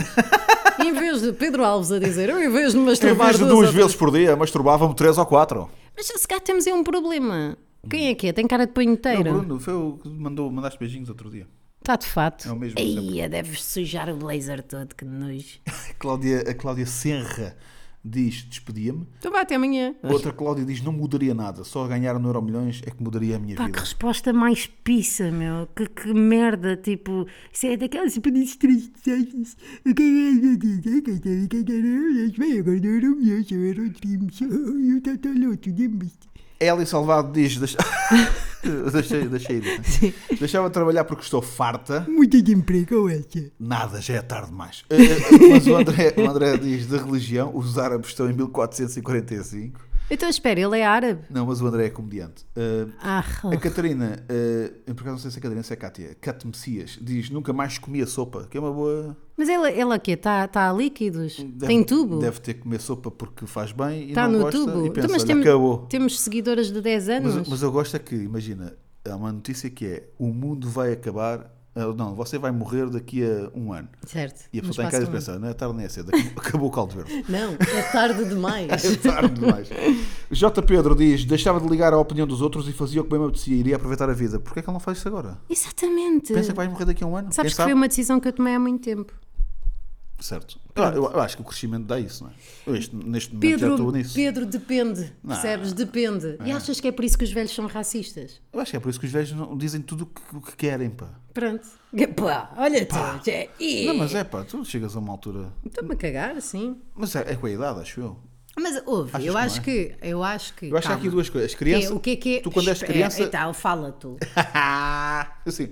Speaker 2: em vez de Pedro Alves a dizer, eu em vez de me
Speaker 3: Em
Speaker 2: masturbar
Speaker 3: vez de
Speaker 2: duas
Speaker 3: duas
Speaker 2: ou
Speaker 3: vezes por dia, masturbava-me três ou quatro.
Speaker 2: Mas se calhar temos aí um problema. Quem é que é? Tem cara de panheteiro.
Speaker 3: foi o que mandou, mandaste beijinhos outro dia.
Speaker 2: Está Tá de fato.
Speaker 3: É o mesmo
Speaker 2: Ia, deves sujar o blazer todo, que nojo.
Speaker 3: A Cláudia, a Cláudia Serra diz: despedia-me.
Speaker 2: Então vai até amanhã.
Speaker 3: Outra Cláudia diz: não mudaria nada, só ganhar no Euro Milhões é que mudaria a minha
Speaker 2: Pá, que
Speaker 3: vida.
Speaker 2: resposta mais pissa, meu. Que, que merda, tipo. Isso é daquelas pedidos tristes. é achas? é Bem, agora não era o meu, só era o Dreams. E o Tataloto, lembras-te?
Speaker 3: Eli Salvado diz: deixa... [LAUGHS] deixei, deixei de- deixava de trabalhar porque estou farta.
Speaker 2: Muito emprego, essa.
Speaker 3: Nada, já é tarde demais. Eh, eh, Mas o André, o André diz: de religião, os árabes estão em 1445.
Speaker 2: Então espera, ele é árabe.
Speaker 3: Não, mas o André é comediante. Ah,
Speaker 2: Ah,
Speaker 3: a Catarina, ah, eu por acaso não sei se é Catarina, se é Cátia, Cate Messias, diz nunca mais comia sopa, que é uma boa.
Speaker 2: mas ele, ele aqui está tá a líquidos?
Speaker 3: Deve-
Speaker 2: Tem tubo?
Speaker 3: Deve ter que comer sopa porque faz bem e
Speaker 2: Está
Speaker 3: não
Speaker 2: no
Speaker 3: gosta
Speaker 2: tubo?
Speaker 3: e
Speaker 2: Então,
Speaker 3: pensa,
Speaker 2: mas
Speaker 3: "Olha,
Speaker 2: temos,
Speaker 3: acabou.
Speaker 2: temos seguidoras de 10 anos.
Speaker 3: Mas, mas eu gosto é que, imagina, há uma notícia que é o mundo vai acabar, ah, não, você vai morrer daqui a um ano.
Speaker 2: certo.
Speaker 3: E a
Speaker 2: no
Speaker 3: pessoa está em
Speaker 2: espaço de
Speaker 3: casa e
Speaker 2: um
Speaker 3: pensa, não é tarde nem é cedo, acabou- [LAUGHS] acabou o caldo verde.
Speaker 2: ano. Não, é tarde demais.
Speaker 3: [LAUGHS] É tarde demais. J. Pedro diz: deixava de ligar à opinião dos outros e fazia o que bem me apetecia, iria aproveitar a vida. Porquê é que ele não faz isso agora?
Speaker 2: Exatamente.
Speaker 3: Pensa que vai morrer daqui a um ano?
Speaker 2: Sabes
Speaker 3: Quem
Speaker 2: que
Speaker 3: sabe?
Speaker 2: foi uma decisão que eu tomei há muito tempo.
Speaker 3: Certo. Eu, eu acho que o crescimento dá isso, não é? Eu este- neste momento já
Speaker 2: Pedro,
Speaker 3: estou nisso.
Speaker 2: Pedro depende, percebes? Depende. E achas que é por isso que os velhos são racistas?
Speaker 3: Eu acho que é por isso que os velhos não, dizem tudo o que, o que querem, pá.
Speaker 2: Pronto. [LAUGHS] Pá, olha tu, já- Ih.
Speaker 3: Não, mas é pá, tu chegas a uma altura.
Speaker 2: Estou-me a cagar, sim.
Speaker 3: Mas é, é com a idade, acho eu.
Speaker 2: Mas houve,
Speaker 3: Achas
Speaker 2: eu
Speaker 3: que
Speaker 2: acho
Speaker 3: não é?
Speaker 2: que. Eu acho que.
Speaker 3: Eu acho que há aqui
Speaker 2: calma.
Speaker 3: duas coisas. As
Speaker 2: Que é-
Speaker 3: crianças.
Speaker 2: o que é que é?
Speaker 3: Tu quando és
Speaker 2: Espera,
Speaker 3: criança. [LAUGHS]
Speaker 2: Então, fala tu. [LAUGHS]
Speaker 3: assim.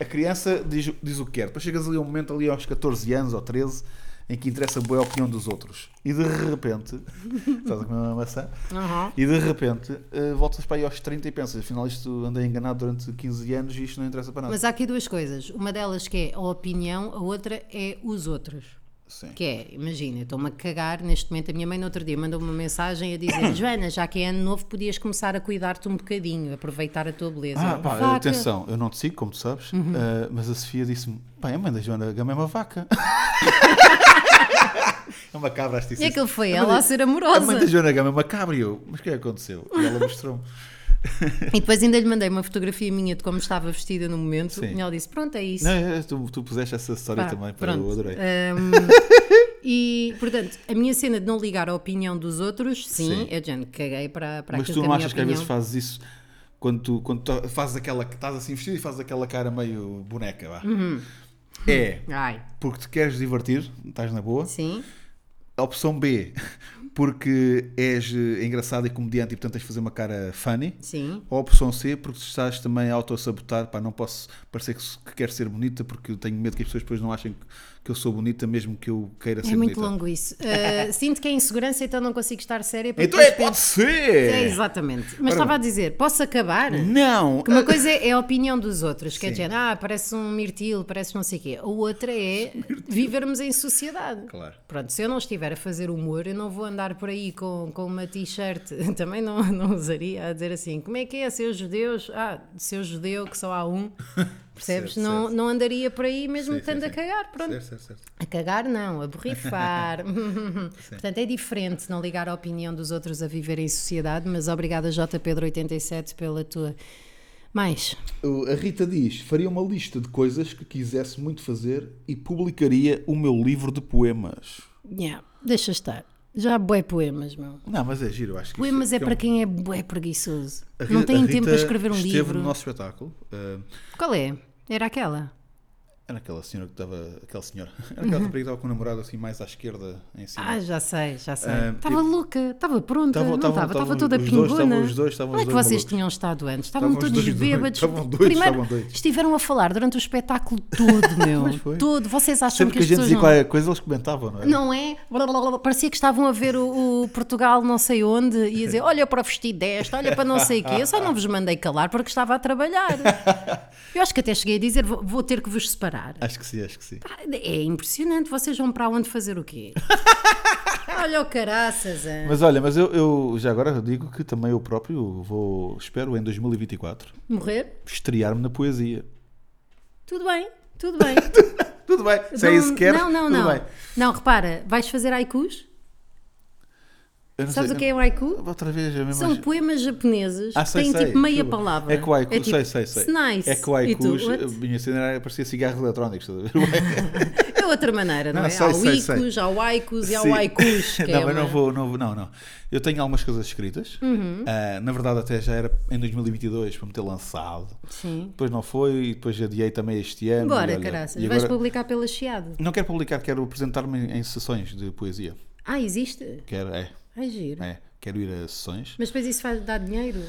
Speaker 3: a criança diz, diz o que quer. Depois chegas ali a um momento, ali aos 14 anos ou 13, em que interessa boa a opinião dos outros. E de repente. [LAUGHS] estás a comer uma maçã?
Speaker 2: Uhum.
Speaker 3: E de repente eh, voltas para aí aos 30 e pensas, afinal isto andei enganado durante 15 anos e isto não interessa para nada.
Speaker 2: Mas há aqui duas coisas. Uma delas que é a opinião, a outra é os outros.
Speaker 3: Sim.
Speaker 2: Que é, imagina, eu estou-me a cagar neste momento. A minha mãe, no outro dia, mandou-me uma mensagem a
Speaker 3: [COUGHS]
Speaker 2: dizer: Joana, já que é ano novo, podias começar a cuidar-te um bocadinho, aproveitar a tua beleza.
Speaker 3: Ah,
Speaker 2: Eu,
Speaker 3: pá,
Speaker 2: "Vaca." Uhum.
Speaker 3: atenção, eu não te sigo, como tu sabes, eh, mas a Sofia disse-me: pá, a mãe da Joana Gama é uma vaca. [LAUGHS] é uma cabra, acho que disse
Speaker 2: E é
Speaker 3: isso.
Speaker 2: que ele foi
Speaker 3: A mãe
Speaker 2: ela
Speaker 3: da-
Speaker 2: a ser
Speaker 3: A mãe da [LAUGHS]
Speaker 2: amorosa.
Speaker 3: Joana Gama é uma cabra e eu, mas o que é que aconteceu? E ela
Speaker 2: [LAUGHS]
Speaker 3: mostrou-me.
Speaker 2: E depois ainda lhe mandei uma fotografia minha de como estava vestida no momento.
Speaker 3: Sim.
Speaker 2: E ela disse: Pronto, é isso.
Speaker 3: não, é, tu, tu puseste essa história
Speaker 2: Pá,
Speaker 3: também, para
Speaker 2: pronto. É,
Speaker 3: eu adorei.
Speaker 2: Ahm,
Speaker 3: [LAUGHS]
Speaker 2: e, portanto, a minha cena de não ligar à opinião dos outros, sim,
Speaker 3: Sim.
Speaker 2: é de género, caguei para, para
Speaker 3: mas
Speaker 2: aquilo
Speaker 3: tu
Speaker 2: que é
Speaker 3: não
Speaker 2: a minha
Speaker 3: achas que às
Speaker 2: opinião...
Speaker 3: vezes fazes isso quando tu, quando tu fazes aquela. estás assim vestido e fazes aquela cara meio boneca, vá.
Speaker 2: Uhum.
Speaker 3: É.
Speaker 2: Ai,
Speaker 3: Porque te queres divertir, estás na boa.
Speaker 2: sim.
Speaker 3: A Opção B, [LAUGHS] porque és eh, engraçado e comediante e portanto tens de fazer uma cara funny.
Speaker 2: Sim.
Speaker 3: Ou a opção C, porque estás também a auto-sabotar, pá, não posso parecer que, se- que quero ser bonita porque eu tenho medo que as pessoas depois não achem que, que eu sou bonita mesmo que eu queira
Speaker 2: É
Speaker 3: ser
Speaker 2: muito
Speaker 3: bonita.
Speaker 2: longo [LAUGHS] isso. Ah, sinto que é insegurança, então não consigo estar séria. porque
Speaker 3: Então é,
Speaker 2: depois
Speaker 3: pode
Speaker 2: penso- É,
Speaker 3: ser! Uhum.
Speaker 2: exatamente. Mas estava a dizer, posso acabar?
Speaker 3: Não!
Speaker 2: Que uma coisa é a opinião dos outros, que é
Speaker 3: Sim.
Speaker 2: de género, ah, parece um mirtilo, parece não sei o quê. A outra
Speaker 3: [LAUGHS]
Speaker 2: é vivermos em sociedade.
Speaker 3: Um Claro.
Speaker 2: Pronto, se eu não estiver a fazer humor, eu não vou andar por aí com, com uma t-shirt, [LAUGHS] também não, não usaria, a dizer assim, como é que é, seus judeus? Ah, seu judeu, que só há
Speaker 3: [LAUGHS]
Speaker 2: um. Percebes?
Speaker 3: Certo,
Speaker 2: não,
Speaker 3: certo.
Speaker 2: não andaria por aí mesmo
Speaker 3: Sim, sim,
Speaker 2: tanto a
Speaker 3: sim.
Speaker 2: cagar, pronto.
Speaker 3: Certo, certo, certo.
Speaker 2: A cagar não, a
Speaker 3: [LAUGHS]
Speaker 2: borrifar. [LAUGHS] Portanto, é diferente não ligar a opinião dos outros a viver em sociedade, mas obrigada J. Pedro 87 pela tua... Mais,
Speaker 3: O- A Rita diz: faria uma lista de coisas que quisesse muito fazer e publicaria o meu livro de poemas.
Speaker 2: yeah, deixa estar. Já há bué poemas, meu.
Speaker 3: Não, mas é giro, eu acho que isto
Speaker 2: Poemas é
Speaker 3: que
Speaker 2: para
Speaker 3: um-
Speaker 2: quem é bué preguiçoso.
Speaker 3: A Ri-
Speaker 2: Não
Speaker 3: a
Speaker 2: tem
Speaker 3: Rita
Speaker 2: tempo para escrever um
Speaker 3: esteve
Speaker 2: livro.
Speaker 3: no nosso espetáculo. ah,
Speaker 2: Qual é? Era aquela?
Speaker 3: Era aquela senhora que estava. Aquela senhora. [LAUGHS] Era aquela rapariga que estava com o namorado assim mais à esquerda em cima.
Speaker 2: Uhum. Ah, já sei, já sei.
Speaker 3: Ah,
Speaker 2: Estava louca, estava pronta,
Speaker 3: Estavam-
Speaker 2: não
Speaker 3: estavam-
Speaker 2: estava, estava
Speaker 3: estavam
Speaker 2: toda
Speaker 3: os dois,
Speaker 2: pingona.
Speaker 3: estavam os dois, estavam
Speaker 2: Onde
Speaker 3: os
Speaker 2: é que
Speaker 3: dois
Speaker 2: vocês
Speaker 3: malucos.
Speaker 2: tinham estado antes? Estavam,
Speaker 3: Estavam os
Speaker 2: todos
Speaker 3: dois doidos,
Speaker 2: bêbados.
Speaker 3: estavam doidos,
Speaker 2: Primeiro,
Speaker 3: estavam doidos.
Speaker 2: estiveram a falar durante o espetáculo todo,
Speaker 3: [LAUGHS] Pois
Speaker 2: meu.
Speaker 3: foi.
Speaker 2: todo. Vocês acham
Speaker 3: Sempre que a
Speaker 2: as
Speaker 3: gente
Speaker 2: pessoas
Speaker 3: dizia
Speaker 2: não...
Speaker 3: qualquer coisa, eles comentavam, não é?
Speaker 2: Não é? Blá, blá, blá, blá. Parecia que estavam a ver o, o Portugal não sei onde e
Speaker 3: [LAUGHS]
Speaker 2: a dizer olha para o vestido desta, olha para não sei o quê. Eu só não vos mandei calar porque estava a
Speaker 3: [LAUGHS]
Speaker 2: trabalhar. Eu acho que até cheguei a dizer vou, vou ter que vos separar.
Speaker 3: Acho que sim, acho que sim.
Speaker 2: É impressionante, vocês vão para onde fazer o
Speaker 3: [LAUGHS]
Speaker 2: quê? olha o caraças, hã?
Speaker 3: Mas olha, mas eu, eu já agora digo que também eu próprio vou, espero em 2024,
Speaker 2: morrer?
Speaker 3: estrear-me na poesia.
Speaker 2: Tudo bem, tudo
Speaker 3: [LAUGHS]
Speaker 2: bem.
Speaker 3: Tudo bem, se é
Speaker 2: Não-
Speaker 3: isso que queres,
Speaker 2: Não, não,
Speaker 3: tudo
Speaker 2: não.
Speaker 3: bem.
Speaker 2: Não, repara, vais fazer haikus?
Speaker 3: Eu não
Speaker 2: Sabes
Speaker 3: sei-
Speaker 2: o que é um haiku?
Speaker 3: Outra vez, é mesmo.
Speaker 2: São poemas japoneses
Speaker 3: Ah,
Speaker 2: que
Speaker 3: sei,
Speaker 2: têm
Speaker 3: sei,
Speaker 2: tipo meia
Speaker 3: desculpa.
Speaker 2: palavra.
Speaker 3: É que o haiku,
Speaker 2: tipo,
Speaker 3: sei, sei, sei.
Speaker 2: Snice.
Speaker 3: É que o
Speaker 2: E
Speaker 3: haiku,
Speaker 2: tu, what?
Speaker 3: a minha cena era, parecia cigarros eletrónicos, estás a ver?
Speaker 2: [LAUGHS] É outra maneira, não,
Speaker 3: Não,
Speaker 2: é?
Speaker 3: sei,
Speaker 2: há o
Speaker 3: sei, sei.
Speaker 2: icus, há o aikus e há
Speaker 3: Sim.
Speaker 2: o aikus. que
Speaker 3: [LAUGHS] não,
Speaker 2: é
Speaker 3: mas não
Speaker 2: uma-
Speaker 3: vou, não vou- não, não. Eu tenho algumas coisas escritas.
Speaker 2: Uhum.
Speaker 3: Ah, na verdade, até já era em 2022 para me ter lançado.
Speaker 2: Sim.
Speaker 3: Depois não foi e depois adiei também este ano. e
Speaker 2: Bora,
Speaker 3: olha,
Speaker 2: caraças.
Speaker 3: e
Speaker 2: Vais
Speaker 3: agora-
Speaker 2: publicar pela Chiado.
Speaker 3: Não quero publicar, quero apresentar-me em, em sessões de poesia.
Speaker 2: Ah, existe?
Speaker 3: Quero, é,
Speaker 2: Ai, giro.
Speaker 3: é. Quero ir a sessões.
Speaker 2: Mas depois isso vai dar dinheiro?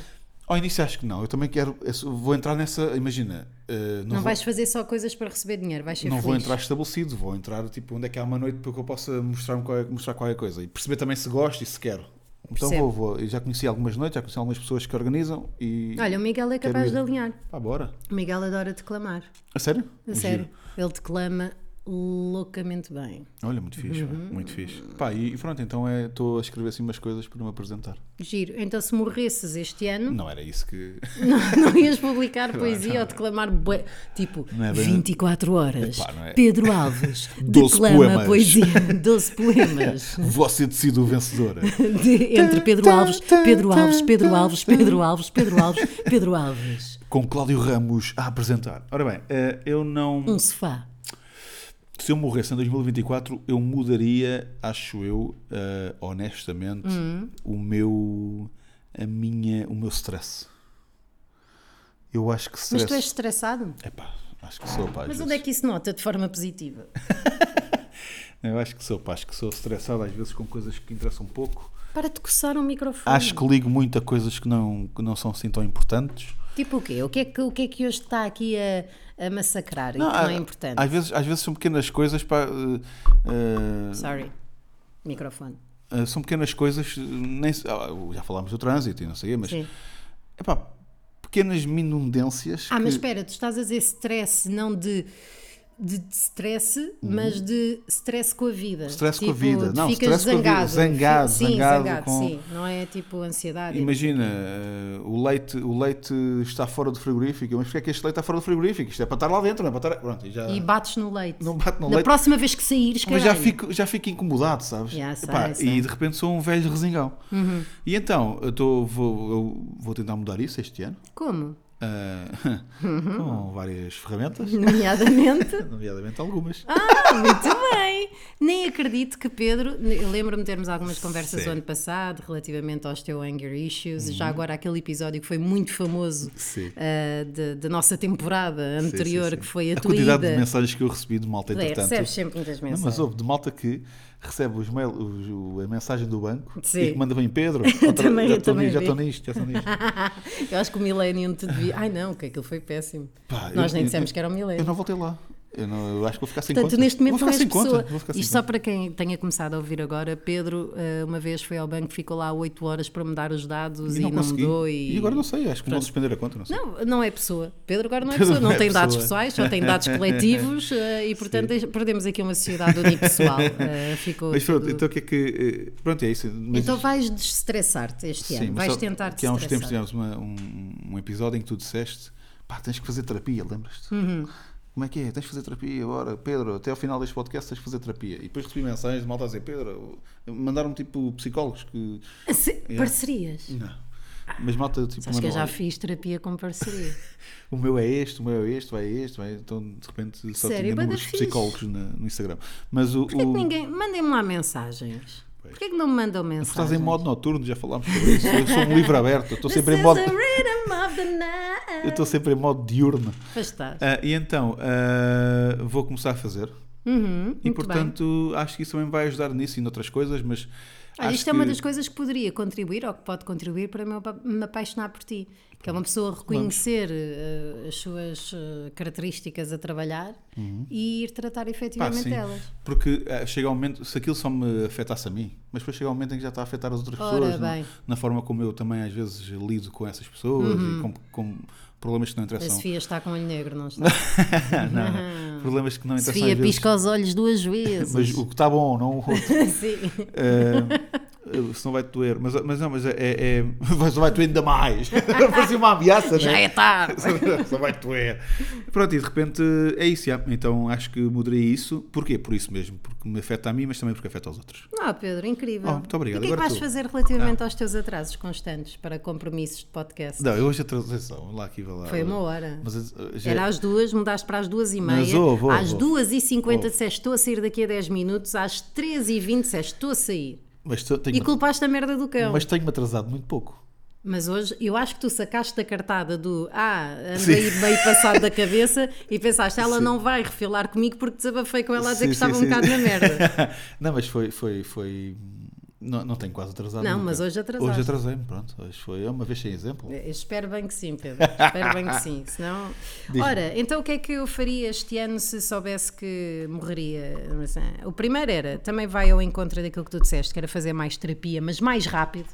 Speaker 3: Ao início acho que não. Eu também quero. eu sou- Vou entrar nessa. Imagina. ah,
Speaker 2: Não,
Speaker 3: vou-
Speaker 2: vais fazer só coisas para receber dinheiro, vais ser
Speaker 3: não
Speaker 2: feliz.
Speaker 3: vou entrar estabelecido, vou é, entrar tipo onde é que há uma noite para que eu possa mostrar, mostrar qualquer coisa e perceber também se gosto e se quero. Então
Speaker 2: Percebo.
Speaker 3: vou, vou. Eu já conheci algumas noites, já conheci algumas pessoas que organizam e.
Speaker 2: Olha, o Miguel é
Speaker 3: Quero
Speaker 2: capaz
Speaker 3: ir.
Speaker 2: de alinhar.
Speaker 3: Pá, bora.
Speaker 2: O Miguel adora declamar.
Speaker 3: A sério?
Speaker 2: A
Speaker 3: Giro.
Speaker 2: sério. Ele declama loucamente bem.
Speaker 3: Olha, muito fixe, pá,
Speaker 2: Uhum.
Speaker 3: muito fixe. Pá, e, e pronto, então é- estou a escrever assim umas coisas para me apresentar.
Speaker 2: Giro. Então, se morresses este
Speaker 3: [LAUGHS]
Speaker 2: ano,
Speaker 3: Não era isso que.
Speaker 2: não, ias publicar poesia ou declamar. bué- Tipo,
Speaker 3: é Não é bem-
Speaker 2: 24 horas.
Speaker 3: Epá, não é?
Speaker 2: Pedro
Speaker 3: [LAUGHS]
Speaker 2: Alves
Speaker 3: 12
Speaker 2: declama
Speaker 3: poemas.
Speaker 2: poesia. 12
Speaker 3: [LAUGHS]
Speaker 2: poemas.
Speaker 3: Você decide o vencedor. é.
Speaker 2: De- entre Pedro Alves, Pedro Alves, Pedro Alves, Pedro Alves, Pedro Alves, Pedro Alves.
Speaker 3: com Cláudio Ramos a apresentar. Ora bem, eh, eu não.
Speaker 2: Um sofá.
Speaker 3: Se eu morresse em 2024, eu mudaria, acho eu, eh, honestamente,
Speaker 2: Hum.
Speaker 3: o meu. A minha, o meu stress. Eu acho que
Speaker 2: Mas
Speaker 3: stress.
Speaker 2: tu és estressado?
Speaker 3: Epá, acho que sou, pá.
Speaker 2: Mas
Speaker 3: às vezes.
Speaker 2: onde é que isso nota de forma positiva?
Speaker 3: Eu acho que sou, pá. Acho que sou estressado às vezes com coisas que interessam pouco.
Speaker 2: Para de coçar um microfone.
Speaker 3: Acho que ligo muito a coisas que não, que não são assim tão importantes.
Speaker 2: Tipo o quê? O que é que, o que, é que hoje está aqui a, a massacrar e que não
Speaker 3: a-
Speaker 2: é importante?
Speaker 3: Ah, Às vezes, às vezes são pequenas coisas pá, eh, eh,
Speaker 2: Sorry. Microfone.
Speaker 3: eh, são pequenas coisas, nem, se- ah, já falámos do trânsito e não sei, o quê, mas
Speaker 2: Sim.
Speaker 3: epá, pequenas minudências.
Speaker 2: Ah, mas
Speaker 3: que-
Speaker 2: espera, tu estás a dizer stress, não de, de, de stress, mas de stress com a vida.
Speaker 3: Uhum. Stress com a
Speaker 2: Tipo,
Speaker 3: vida.
Speaker 2: de
Speaker 3: Não,
Speaker 2: ficas
Speaker 3: stress com a vida.
Speaker 2: zangado.
Speaker 3: Zangado,
Speaker 2: Sim,
Speaker 3: zangado com-
Speaker 2: sim. Não é tipo ansiedade.
Speaker 3: Imagina, eh, o leite, o leite está fora do frigorífico, mas porquê é que este leite está fora do frigorífico? Isto é para estar lá dentro, não é para estar. Pronto, e já,
Speaker 2: E bates no leite.
Speaker 3: Não bato no
Speaker 2: Na
Speaker 3: leite.
Speaker 2: próxima vez que saíres,
Speaker 3: mas já
Speaker 2: caralho.
Speaker 3: fico, já fico incomodado, sabes?
Speaker 2: Já sei,
Speaker 3: Epá,
Speaker 2: sei. Uhum.
Speaker 3: E de repente sou um velho resingão. E então, eu, tô, vou, eu vou tentar mudar isso este ano.
Speaker 2: Como?
Speaker 3: ah, [LAUGHS] com várias ferramentas,
Speaker 2: Nomeadamente.
Speaker 3: nomeadamente algumas.
Speaker 2: Ah, muito bem! Nem acredito que Pedro. Eu lembro-me de termos algumas conversas
Speaker 3: Sim.
Speaker 2: o ano passado relativamente aos teu anger issues. Já agora aquele episódio que foi muito famoso
Speaker 3: Uhum. Sim.
Speaker 2: ah, de- da nossa temporada
Speaker 3: Sim, sim,
Speaker 2: anterior,
Speaker 3: sim.
Speaker 2: que foi a,
Speaker 3: A
Speaker 2: tua
Speaker 3: quantidade
Speaker 2: ida.
Speaker 3: de mensagens que eu recebi de malta,
Speaker 2: É,
Speaker 3: entretanto.
Speaker 2: recebes sempre muitas
Speaker 3: Não,
Speaker 2: mensagens.
Speaker 3: mas houve de malta que recebe os mail, os- o- a mensagem do banco
Speaker 2: Sim.
Speaker 3: e que manda
Speaker 2: [LAUGHS]
Speaker 3: bem Pedro.
Speaker 2: Também-
Speaker 3: já
Speaker 2: eu
Speaker 3: estou
Speaker 2: também
Speaker 3: nisto, já
Speaker 2: vi.
Speaker 3: estou nisto, já estou
Speaker 2: [LAUGHS] [LAUGHS]
Speaker 3: nisto.
Speaker 2: Eu acho que o Millennium te devia. Ai não, que aquilo foi péssimo.
Speaker 3: Pá,
Speaker 2: Nós
Speaker 3: eu-
Speaker 2: nem
Speaker 3: eu-
Speaker 2: dissemos que era um o
Speaker 3: Eu
Speaker 2: Millennium.
Speaker 3: não voltei lá. Eu, não, eu acho que vou ficar sem
Speaker 2: Portanto,
Speaker 3: conta.
Speaker 2: neste momento
Speaker 3: vou
Speaker 2: não
Speaker 3: ficar
Speaker 2: és
Speaker 3: sem
Speaker 2: pessoa.
Speaker 3: conta. Vou ficar sem
Speaker 2: Isto só
Speaker 3: conta.
Speaker 2: para quem tenha começado a ouvir agora, Pedro, eh, uma vez foi ao banco, ficou lá 8 horas para mudar os dados e, não,
Speaker 3: consegui.
Speaker 2: mudou. E...
Speaker 3: agora não sei, acho que vão suspender a conta, não sei.
Speaker 2: Não, não é pessoa. Pedro agora não
Speaker 3: [LAUGHS]
Speaker 2: é
Speaker 3: Pedro
Speaker 2: pessoa, não
Speaker 3: não é
Speaker 2: tem dados
Speaker 3: pessoa.
Speaker 2: pessoais, só tem
Speaker 3: [LAUGHS]
Speaker 2: dados coletivos eh, e, portanto, deix- perdemos aqui uma sociedade
Speaker 3: [LAUGHS]
Speaker 2: unipessoal. Eh, ficou
Speaker 3: Mas pronto,
Speaker 2: tudo-
Speaker 3: então o que é que. eh, Pronto, é isso. Mas,
Speaker 2: Então vais destressar-te este
Speaker 3: sim,
Speaker 2: ano,
Speaker 3: mas
Speaker 2: vais
Speaker 3: só
Speaker 2: tentar
Speaker 3: Que há uns tempos
Speaker 2: destressar.
Speaker 3: tivemos uma- um, um episódio em que tu disseste: pá, tens que fazer terapia, lembras-te?
Speaker 2: Uhum.
Speaker 3: Como é que é? Tens que fazer terapia agora, Pedro. Até ao final deste podcast tens que fazer terapia. E depois recebi mensagens de malta a dizer: Pedro, mandaram-me tipo psicólogos que.
Speaker 2: Se- Ah, Parcerias.
Speaker 3: Não. Mas malta, tipo,
Speaker 2: Sabes que eu
Speaker 3: mandou,
Speaker 2: já
Speaker 3: "Olha,
Speaker 2: fiz terapia com parceria.
Speaker 3: [LAUGHS] o meu é este, o meu é este, vai é este, vai. Então de repente só
Speaker 2: Sério,
Speaker 3: tinha
Speaker 2: bué da
Speaker 3: números de
Speaker 2: fixe.
Speaker 3: psicólogos na- no Instagram. Mas o.
Speaker 2: Porquê
Speaker 3: o-
Speaker 2: que ninguém. Mandem-me lá mensagens. Porquê é que não me mandam mensagens?
Speaker 3: Estás em modo noturno, já falámos sobre isso. Eu sou um livro aberto, eu estou sempre em
Speaker 2: This
Speaker 3: modo.
Speaker 2: is the rhythm of the night.
Speaker 3: Eu estou sempre em modo diurno.
Speaker 2: Pois estás.
Speaker 3: Ah, e então, ah, vou começar a fazer.
Speaker 2: Uhum,
Speaker 3: E
Speaker 2: muito bem.
Speaker 3: portanto, acho que isso também vai ajudar nisso e noutras coisas, mas.
Speaker 2: Olha,
Speaker 3: acho
Speaker 2: isto é uma
Speaker 3: que-
Speaker 2: das coisas que poderia contribuir ou que pode contribuir para me apa- me apaixonar por ti. Que é uma pessoa reconhecer eh, as suas eh, características a trabalhar e ir tratar
Speaker 3: Uhum. Pá,
Speaker 2: efetivamente
Speaker 3: sim.
Speaker 2: elas.
Speaker 3: Porque ah, chega ao momento, se aquilo só me afetasse a mim, mas depois chega ao momento em que já está a afetar as outras
Speaker 2: Ora
Speaker 3: pessoas, na,
Speaker 2: bem.
Speaker 3: na forma como eu também às vezes lido com essas pessoas
Speaker 2: Uhum.
Speaker 3: e com, com problemas que
Speaker 2: A
Speaker 3: não interessam.
Speaker 2: Sofia está com o olho negro, não
Speaker 3: [LAUGHS]
Speaker 2: está?
Speaker 3: não, não. Problemas que não interessam
Speaker 2: Sofia
Speaker 3: às vezes.
Speaker 2: pisca os olhos duas vezes.
Speaker 3: Mas o que está bom, não [LAUGHS] o outro.
Speaker 2: [LAUGHS] Sim.
Speaker 3: Eh, senão vai-te doer. Mas, mas não, mas é. é, [LAUGHS] é mas vai doer ainda mais. [LAUGHS] Parecia uma ameaça,
Speaker 2: Já
Speaker 3: né?
Speaker 2: é tarde.
Speaker 3: [LAUGHS] Só vai doer. Pronto, e de repente é isso. já. Então acho que mudaria isso. Porquê? Por isso mesmo. Porque me afeta a mim, mas também porque afeta aos outros.
Speaker 2: Ah, Pedro, incrível.
Speaker 3: Oh, muito obrigado.
Speaker 2: E o que é que
Speaker 3: Agora
Speaker 2: vais
Speaker 3: tu. Ah.
Speaker 2: fazer relativamente aos teus atrasos constanses para compromissos de podcast?
Speaker 3: Não, eu hoje a transição. Lá aqui, vai lá.
Speaker 2: Foi uma hora.
Speaker 3: Mas, eh, já-
Speaker 2: Era às duas, mudaste para às duas e meia.
Speaker 3: Mas oh, houve, houve,
Speaker 2: às
Speaker 3: houve.
Speaker 2: duas e
Speaker 3: Oh.
Speaker 2: cinquenta disseste estou a sair daqui a 10 minutos, às três e vinte disseste estou a sair.
Speaker 3: mas tô-
Speaker 2: E
Speaker 3: tenho-me-
Speaker 2: culpaste a merda do cão.
Speaker 3: mas
Speaker 2: Mas,
Speaker 3: tenho-me atrasado muito pouco. [LAUGHS]
Speaker 2: hoje eu acho que tu sacaste da cartada do ah,
Speaker 3: Sim.
Speaker 2: andei meio passado da cabeça e pensaste ela não vai refilar comigo porque desabafei com ela a dizer um que
Speaker 3: Sim,
Speaker 2: estava
Speaker 3: sim,
Speaker 2: um
Speaker 3: sim.
Speaker 2: bocado na merda.
Speaker 3: não, mas foi. foi, foi... Não, não tenho quase atrasado.
Speaker 2: Não,
Speaker 3: nunca.
Speaker 2: mas hoje atrasaste. É,
Speaker 3: Hoje atrasei-me, pronto. Hoje foi é uma vez sem exemplo.
Speaker 2: Eu Espero bem que sim, Pedro. Espero bem que sim. Senão...
Speaker 3: Diz-me.
Speaker 2: Ora, então o que é que eu faria este ano se soubesse que morreria? Mas, ah, O primeiro era, também vai ao encontro daquilo que tu disseste, que era fazer mais terapia, mas mais rápido.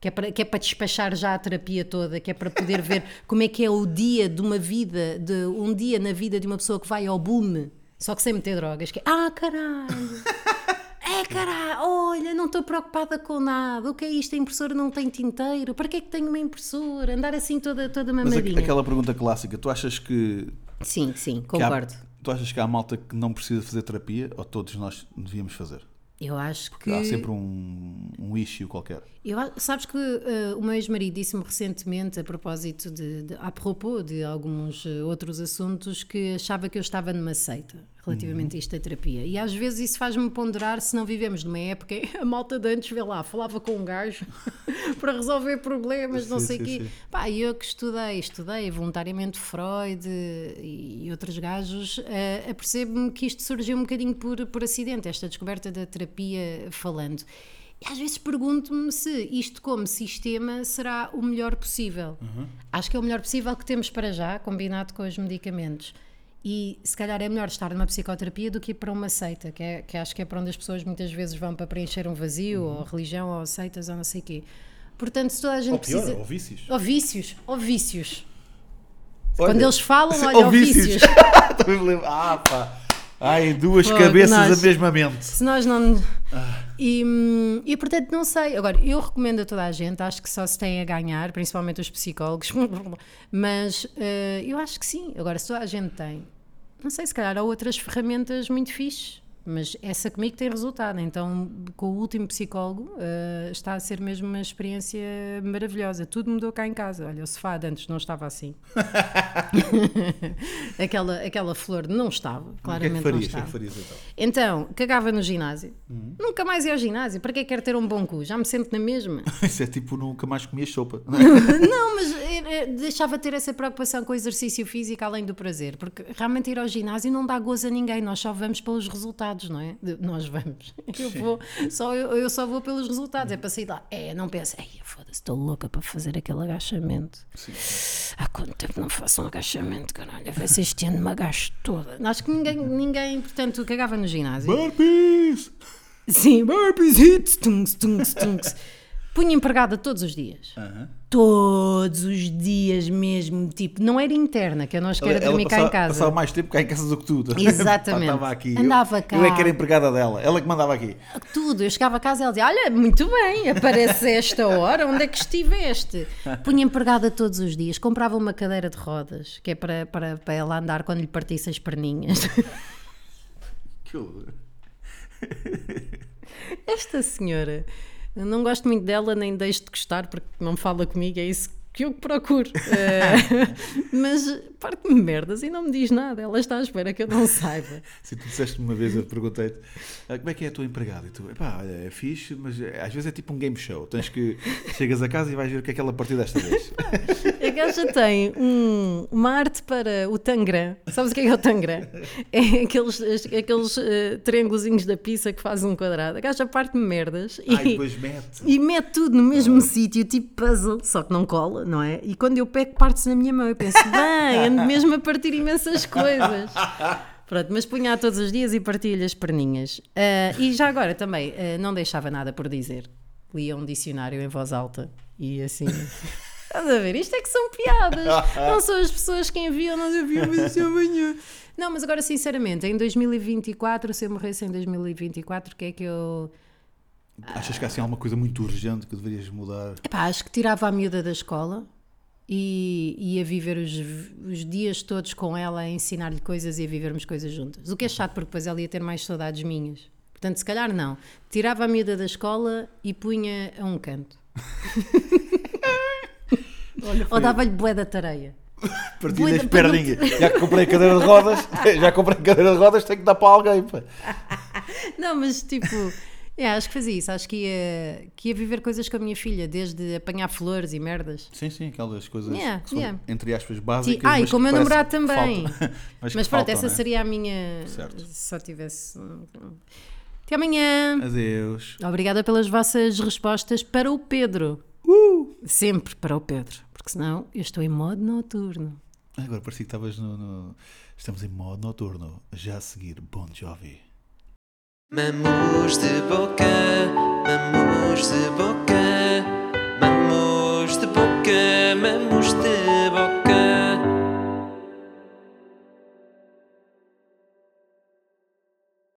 Speaker 2: Que é, para, que é para despachar já a terapia toda, que é para poder ver
Speaker 3: [LAUGHS]
Speaker 2: como é que é o dia de uma vida, de um dia na vida de uma pessoa que vai ao boom, só que sem meter drogas, que é, ah, caralho,
Speaker 3: [LAUGHS]
Speaker 2: é caralho, olha, não estou preocupada com nada. O que é isto? A impressora não tem tinteiro. Para que é que tenho uma impressora? Andar assim toda, toda
Speaker 3: Mas a-
Speaker 2: mamadinha.
Speaker 3: aquela pergunta clássica, tu achas que.
Speaker 2: Sim, sim,
Speaker 3: que há-
Speaker 2: concordo.
Speaker 3: tu achas que há malta que não precisa fazer terapia ou todos nós devíamos fazer?
Speaker 2: Eu acho que.
Speaker 3: Há sempre um, um issue qualquer.
Speaker 2: Eu, a- sabes que eh, o meu ex-marido disse-me recentemente, a propósito de, de- a propos de alguns eh, outros assuntos, que achava que eu estava numa seita
Speaker 3: Uhum.
Speaker 2: relativamente a isto da terapia. E às vezes isso faz-me ponderar se não vivemos numa época em que a malta de antes, vê lá, falava com um gajo [LAUGHS] para resolver problemas, não
Speaker 3: Sim,
Speaker 2: sei o
Speaker 3: sim,
Speaker 2: quê.
Speaker 3: sim.
Speaker 2: Pá, e eu que estudei, estudei voluntariamente Freud e, e outros gajos, eh, apercebo-me que isto surgiu um bocadinho por, por acidente, esta descoberta da terapia falando. E às vezes pergunto-me se isto, como sistema, será o melhor possível.
Speaker 3: Uhum.
Speaker 2: Acho que é o melhor possível que temos para já, combinado com os medicamentos. E se calhar é melhor estar numa psicoterapia do que ir para uma seita, que, é, que acho que é para onde as pessoas muitas vezes vão para preencher um vazio,
Speaker 3: Uhum.
Speaker 2: ou religião, ou seitas, ou não sei o quê. Portanto, se toda a gente
Speaker 3: Ou pior,
Speaker 2: precisa.
Speaker 3: ou vícios.
Speaker 2: Ou vícios, ou vícios.
Speaker 3: Olha,
Speaker 2: Quando eles falam,
Speaker 3: se-
Speaker 2: olha, [LAUGHS] ou vícios.
Speaker 3: Também me lembro. Ah, pá. Ai, duas
Speaker 2: Pô,
Speaker 3: cabeças
Speaker 2: nós-
Speaker 3: a mesma mente. é
Speaker 2: Se nós não. E, hum, e portanto, não sei. Agora, eu recomendo a toda a gente, acho que só se tem a ganhar, principalmente os psicólogos. [LAUGHS] Mas eh, eu acho que sim. Agora, se toda a gente tem, não sei, se calhar há outras ferramentas muito fixe. Mas essa comigo tem resultado, então com o último psicólogo eh, está a ser mesmo uma experiência maravilhosa. Tudo mudou cá em casa. Olha, o sofá de antes não estava
Speaker 3: [LAUGHS]
Speaker 2: assim. [LAUGHS] aquela, aquela flor não estava,
Speaker 3: O que é
Speaker 2: claramente
Speaker 3: que farias?
Speaker 2: não
Speaker 3: O que é
Speaker 2: estava.
Speaker 3: que farias então?
Speaker 2: Então, cagava no ginásio. Nunca mais ia ao ginásio. Para que é que quero ter um bom cu? Já me sento na mesma.
Speaker 3: [LAUGHS] Isso é tipo nunca mais comias [LAUGHS] sopa.
Speaker 2: não, mas eh, eh, deixava de ter essa preocupação com o exercício físico além do prazer. Porque realmente ir ao ginásio não dá gozo a ninguém. Nós só vamos pelos resultados, não é? De- nós vamos. [LAUGHS] Eu, vou, só, eu, eu só vou pelos resultados. É para sair de lá. É, não penso. Ei, foda-se, estou louca para fazer aquele agachamento. Há quanto tempo não faço um agachamento, caralho? Vai ser este ano me agacho toda. Acho que ninguém, ninguém portanto, cagava no ginásio.
Speaker 3: Burpees!
Speaker 2: Sim, burpees, hits, tungs, tungs, tungs. [LAUGHS] Punha empregada todos os dias. Todos os dias mesmo. Tipo, não era interna, que eu não acho que era dormir cá
Speaker 3: passava,
Speaker 2: em casa.
Speaker 3: passava mais tempo cá em casa do que [LAUGHS] tudo.
Speaker 2: Exatamente.
Speaker 3: Estava aqui.
Speaker 2: Andava
Speaker 3: eu,
Speaker 2: cá.
Speaker 3: Eu é que era empregada dela. Ela é que mandava aqui.
Speaker 2: Ah, Tudo. Eu chegava a casa e ela dizia: Olha, muito bem, aparece a esta hora, onde é que
Speaker 3: [LAUGHS]
Speaker 2: estiveste? Punha empregada todos os dias. Comprava uma cadeira de rodas, que é para, para, para ela andar quando lhe partisse as perninhas.
Speaker 3: Que horror.
Speaker 2: Esta senhora, eu não gosto muito dela, nem deixo de gostar, porque não fala comigo, é isso que eu
Speaker 3: [LAUGHS]
Speaker 2: procuro. Eh, mas parte-me merdas e não me diz nada, ela está à espera que eu não saiba.
Speaker 3: Se tu disseste-me uma vez, eu perguntei-te "Ah, como é que é a tua empregada? E tu, pá, olha, é fixe, mas é- às vezes é tipo um game show. Tens que. Chegas a casa e vais ver o que é que ela partiu desta
Speaker 2: [LAUGHS]
Speaker 3: vez.
Speaker 2: A gaja tem um, uma arte para o tangram. Sabes o que é, que é o tangram? É aqueles, aqueles eh, triângulozinhos da pizza que faz um quadrado. A gaja parte-me merdas. e-
Speaker 3: Ai, depois mete.
Speaker 2: E mete tudo no mesmo sítio, tipo puzzle, só que não cola, não é? E quando eu pego, parte-se na minha mão. Eu penso, bem, ando mesmo a partir imensas coisas. Pronto, mas punha a todos os dias e partilha as perninhas. Ah, e já agora também, ah, não deixava nada por dizer. Lia um dicionário em voz alta e assim. Estás a ver? Isto é que são piadas. Não são as pessoas que enviam, nós enviamos isso amanhã. Não, mas agora, sinceramente, em 2024, se eu morresse em 2024, o que é que eu.
Speaker 3: Achas que há assim alguma coisa muito urgente que deverias mudar?
Speaker 2: Epá, acho que tirava a miúda da escola e ia viver os, os dias todos com ela a ensinar-lhe coisas e a vivermos coisas juntas. O que é chato, porque depois ela ia ter mais saudades minhas. Portanto, se calhar não. Tirava a miúda da escola e punha a um canto. Ou dava-lhe bué da tareia.
Speaker 3: Partilhas
Speaker 2: Bué da-
Speaker 3: perninha. Já que comprei cadeira de rodas, [LAUGHS] já comprei cadeira de rodas, tenho que dar para alguém. pá.
Speaker 2: Não, mas tipo, é, acho que fazia isso. Acho que ia, que ia viver coisas com a minha filha, desde apanhar flores e merdas.
Speaker 3: Sim, sim, aquelas coisas
Speaker 2: Yeah,
Speaker 3: que são,
Speaker 2: yeah.
Speaker 3: entre aspas, básicas.
Speaker 2: Ah, e
Speaker 3: mas
Speaker 2: com o
Speaker 3: que
Speaker 2: meu namorado
Speaker 3: parece que
Speaker 2: também.
Speaker 3: faltam. [LAUGHS] mas né? que
Speaker 2: Mas pronto,
Speaker 3: faltam,
Speaker 2: essa
Speaker 3: né?
Speaker 2: seria a minha.
Speaker 3: Certo.
Speaker 2: Se só tivesse. um, Até amanhã.
Speaker 3: Adeus.
Speaker 2: Obrigada pelas vossas respostas para o Pedro. Sempre para o Pedro, porque senão eu estou em modo noturno.
Speaker 3: Agora parecia que estavas no, no- Estamos em modo noturno. Já a seguir, Bon Jovi.
Speaker 1: Mamus de boca,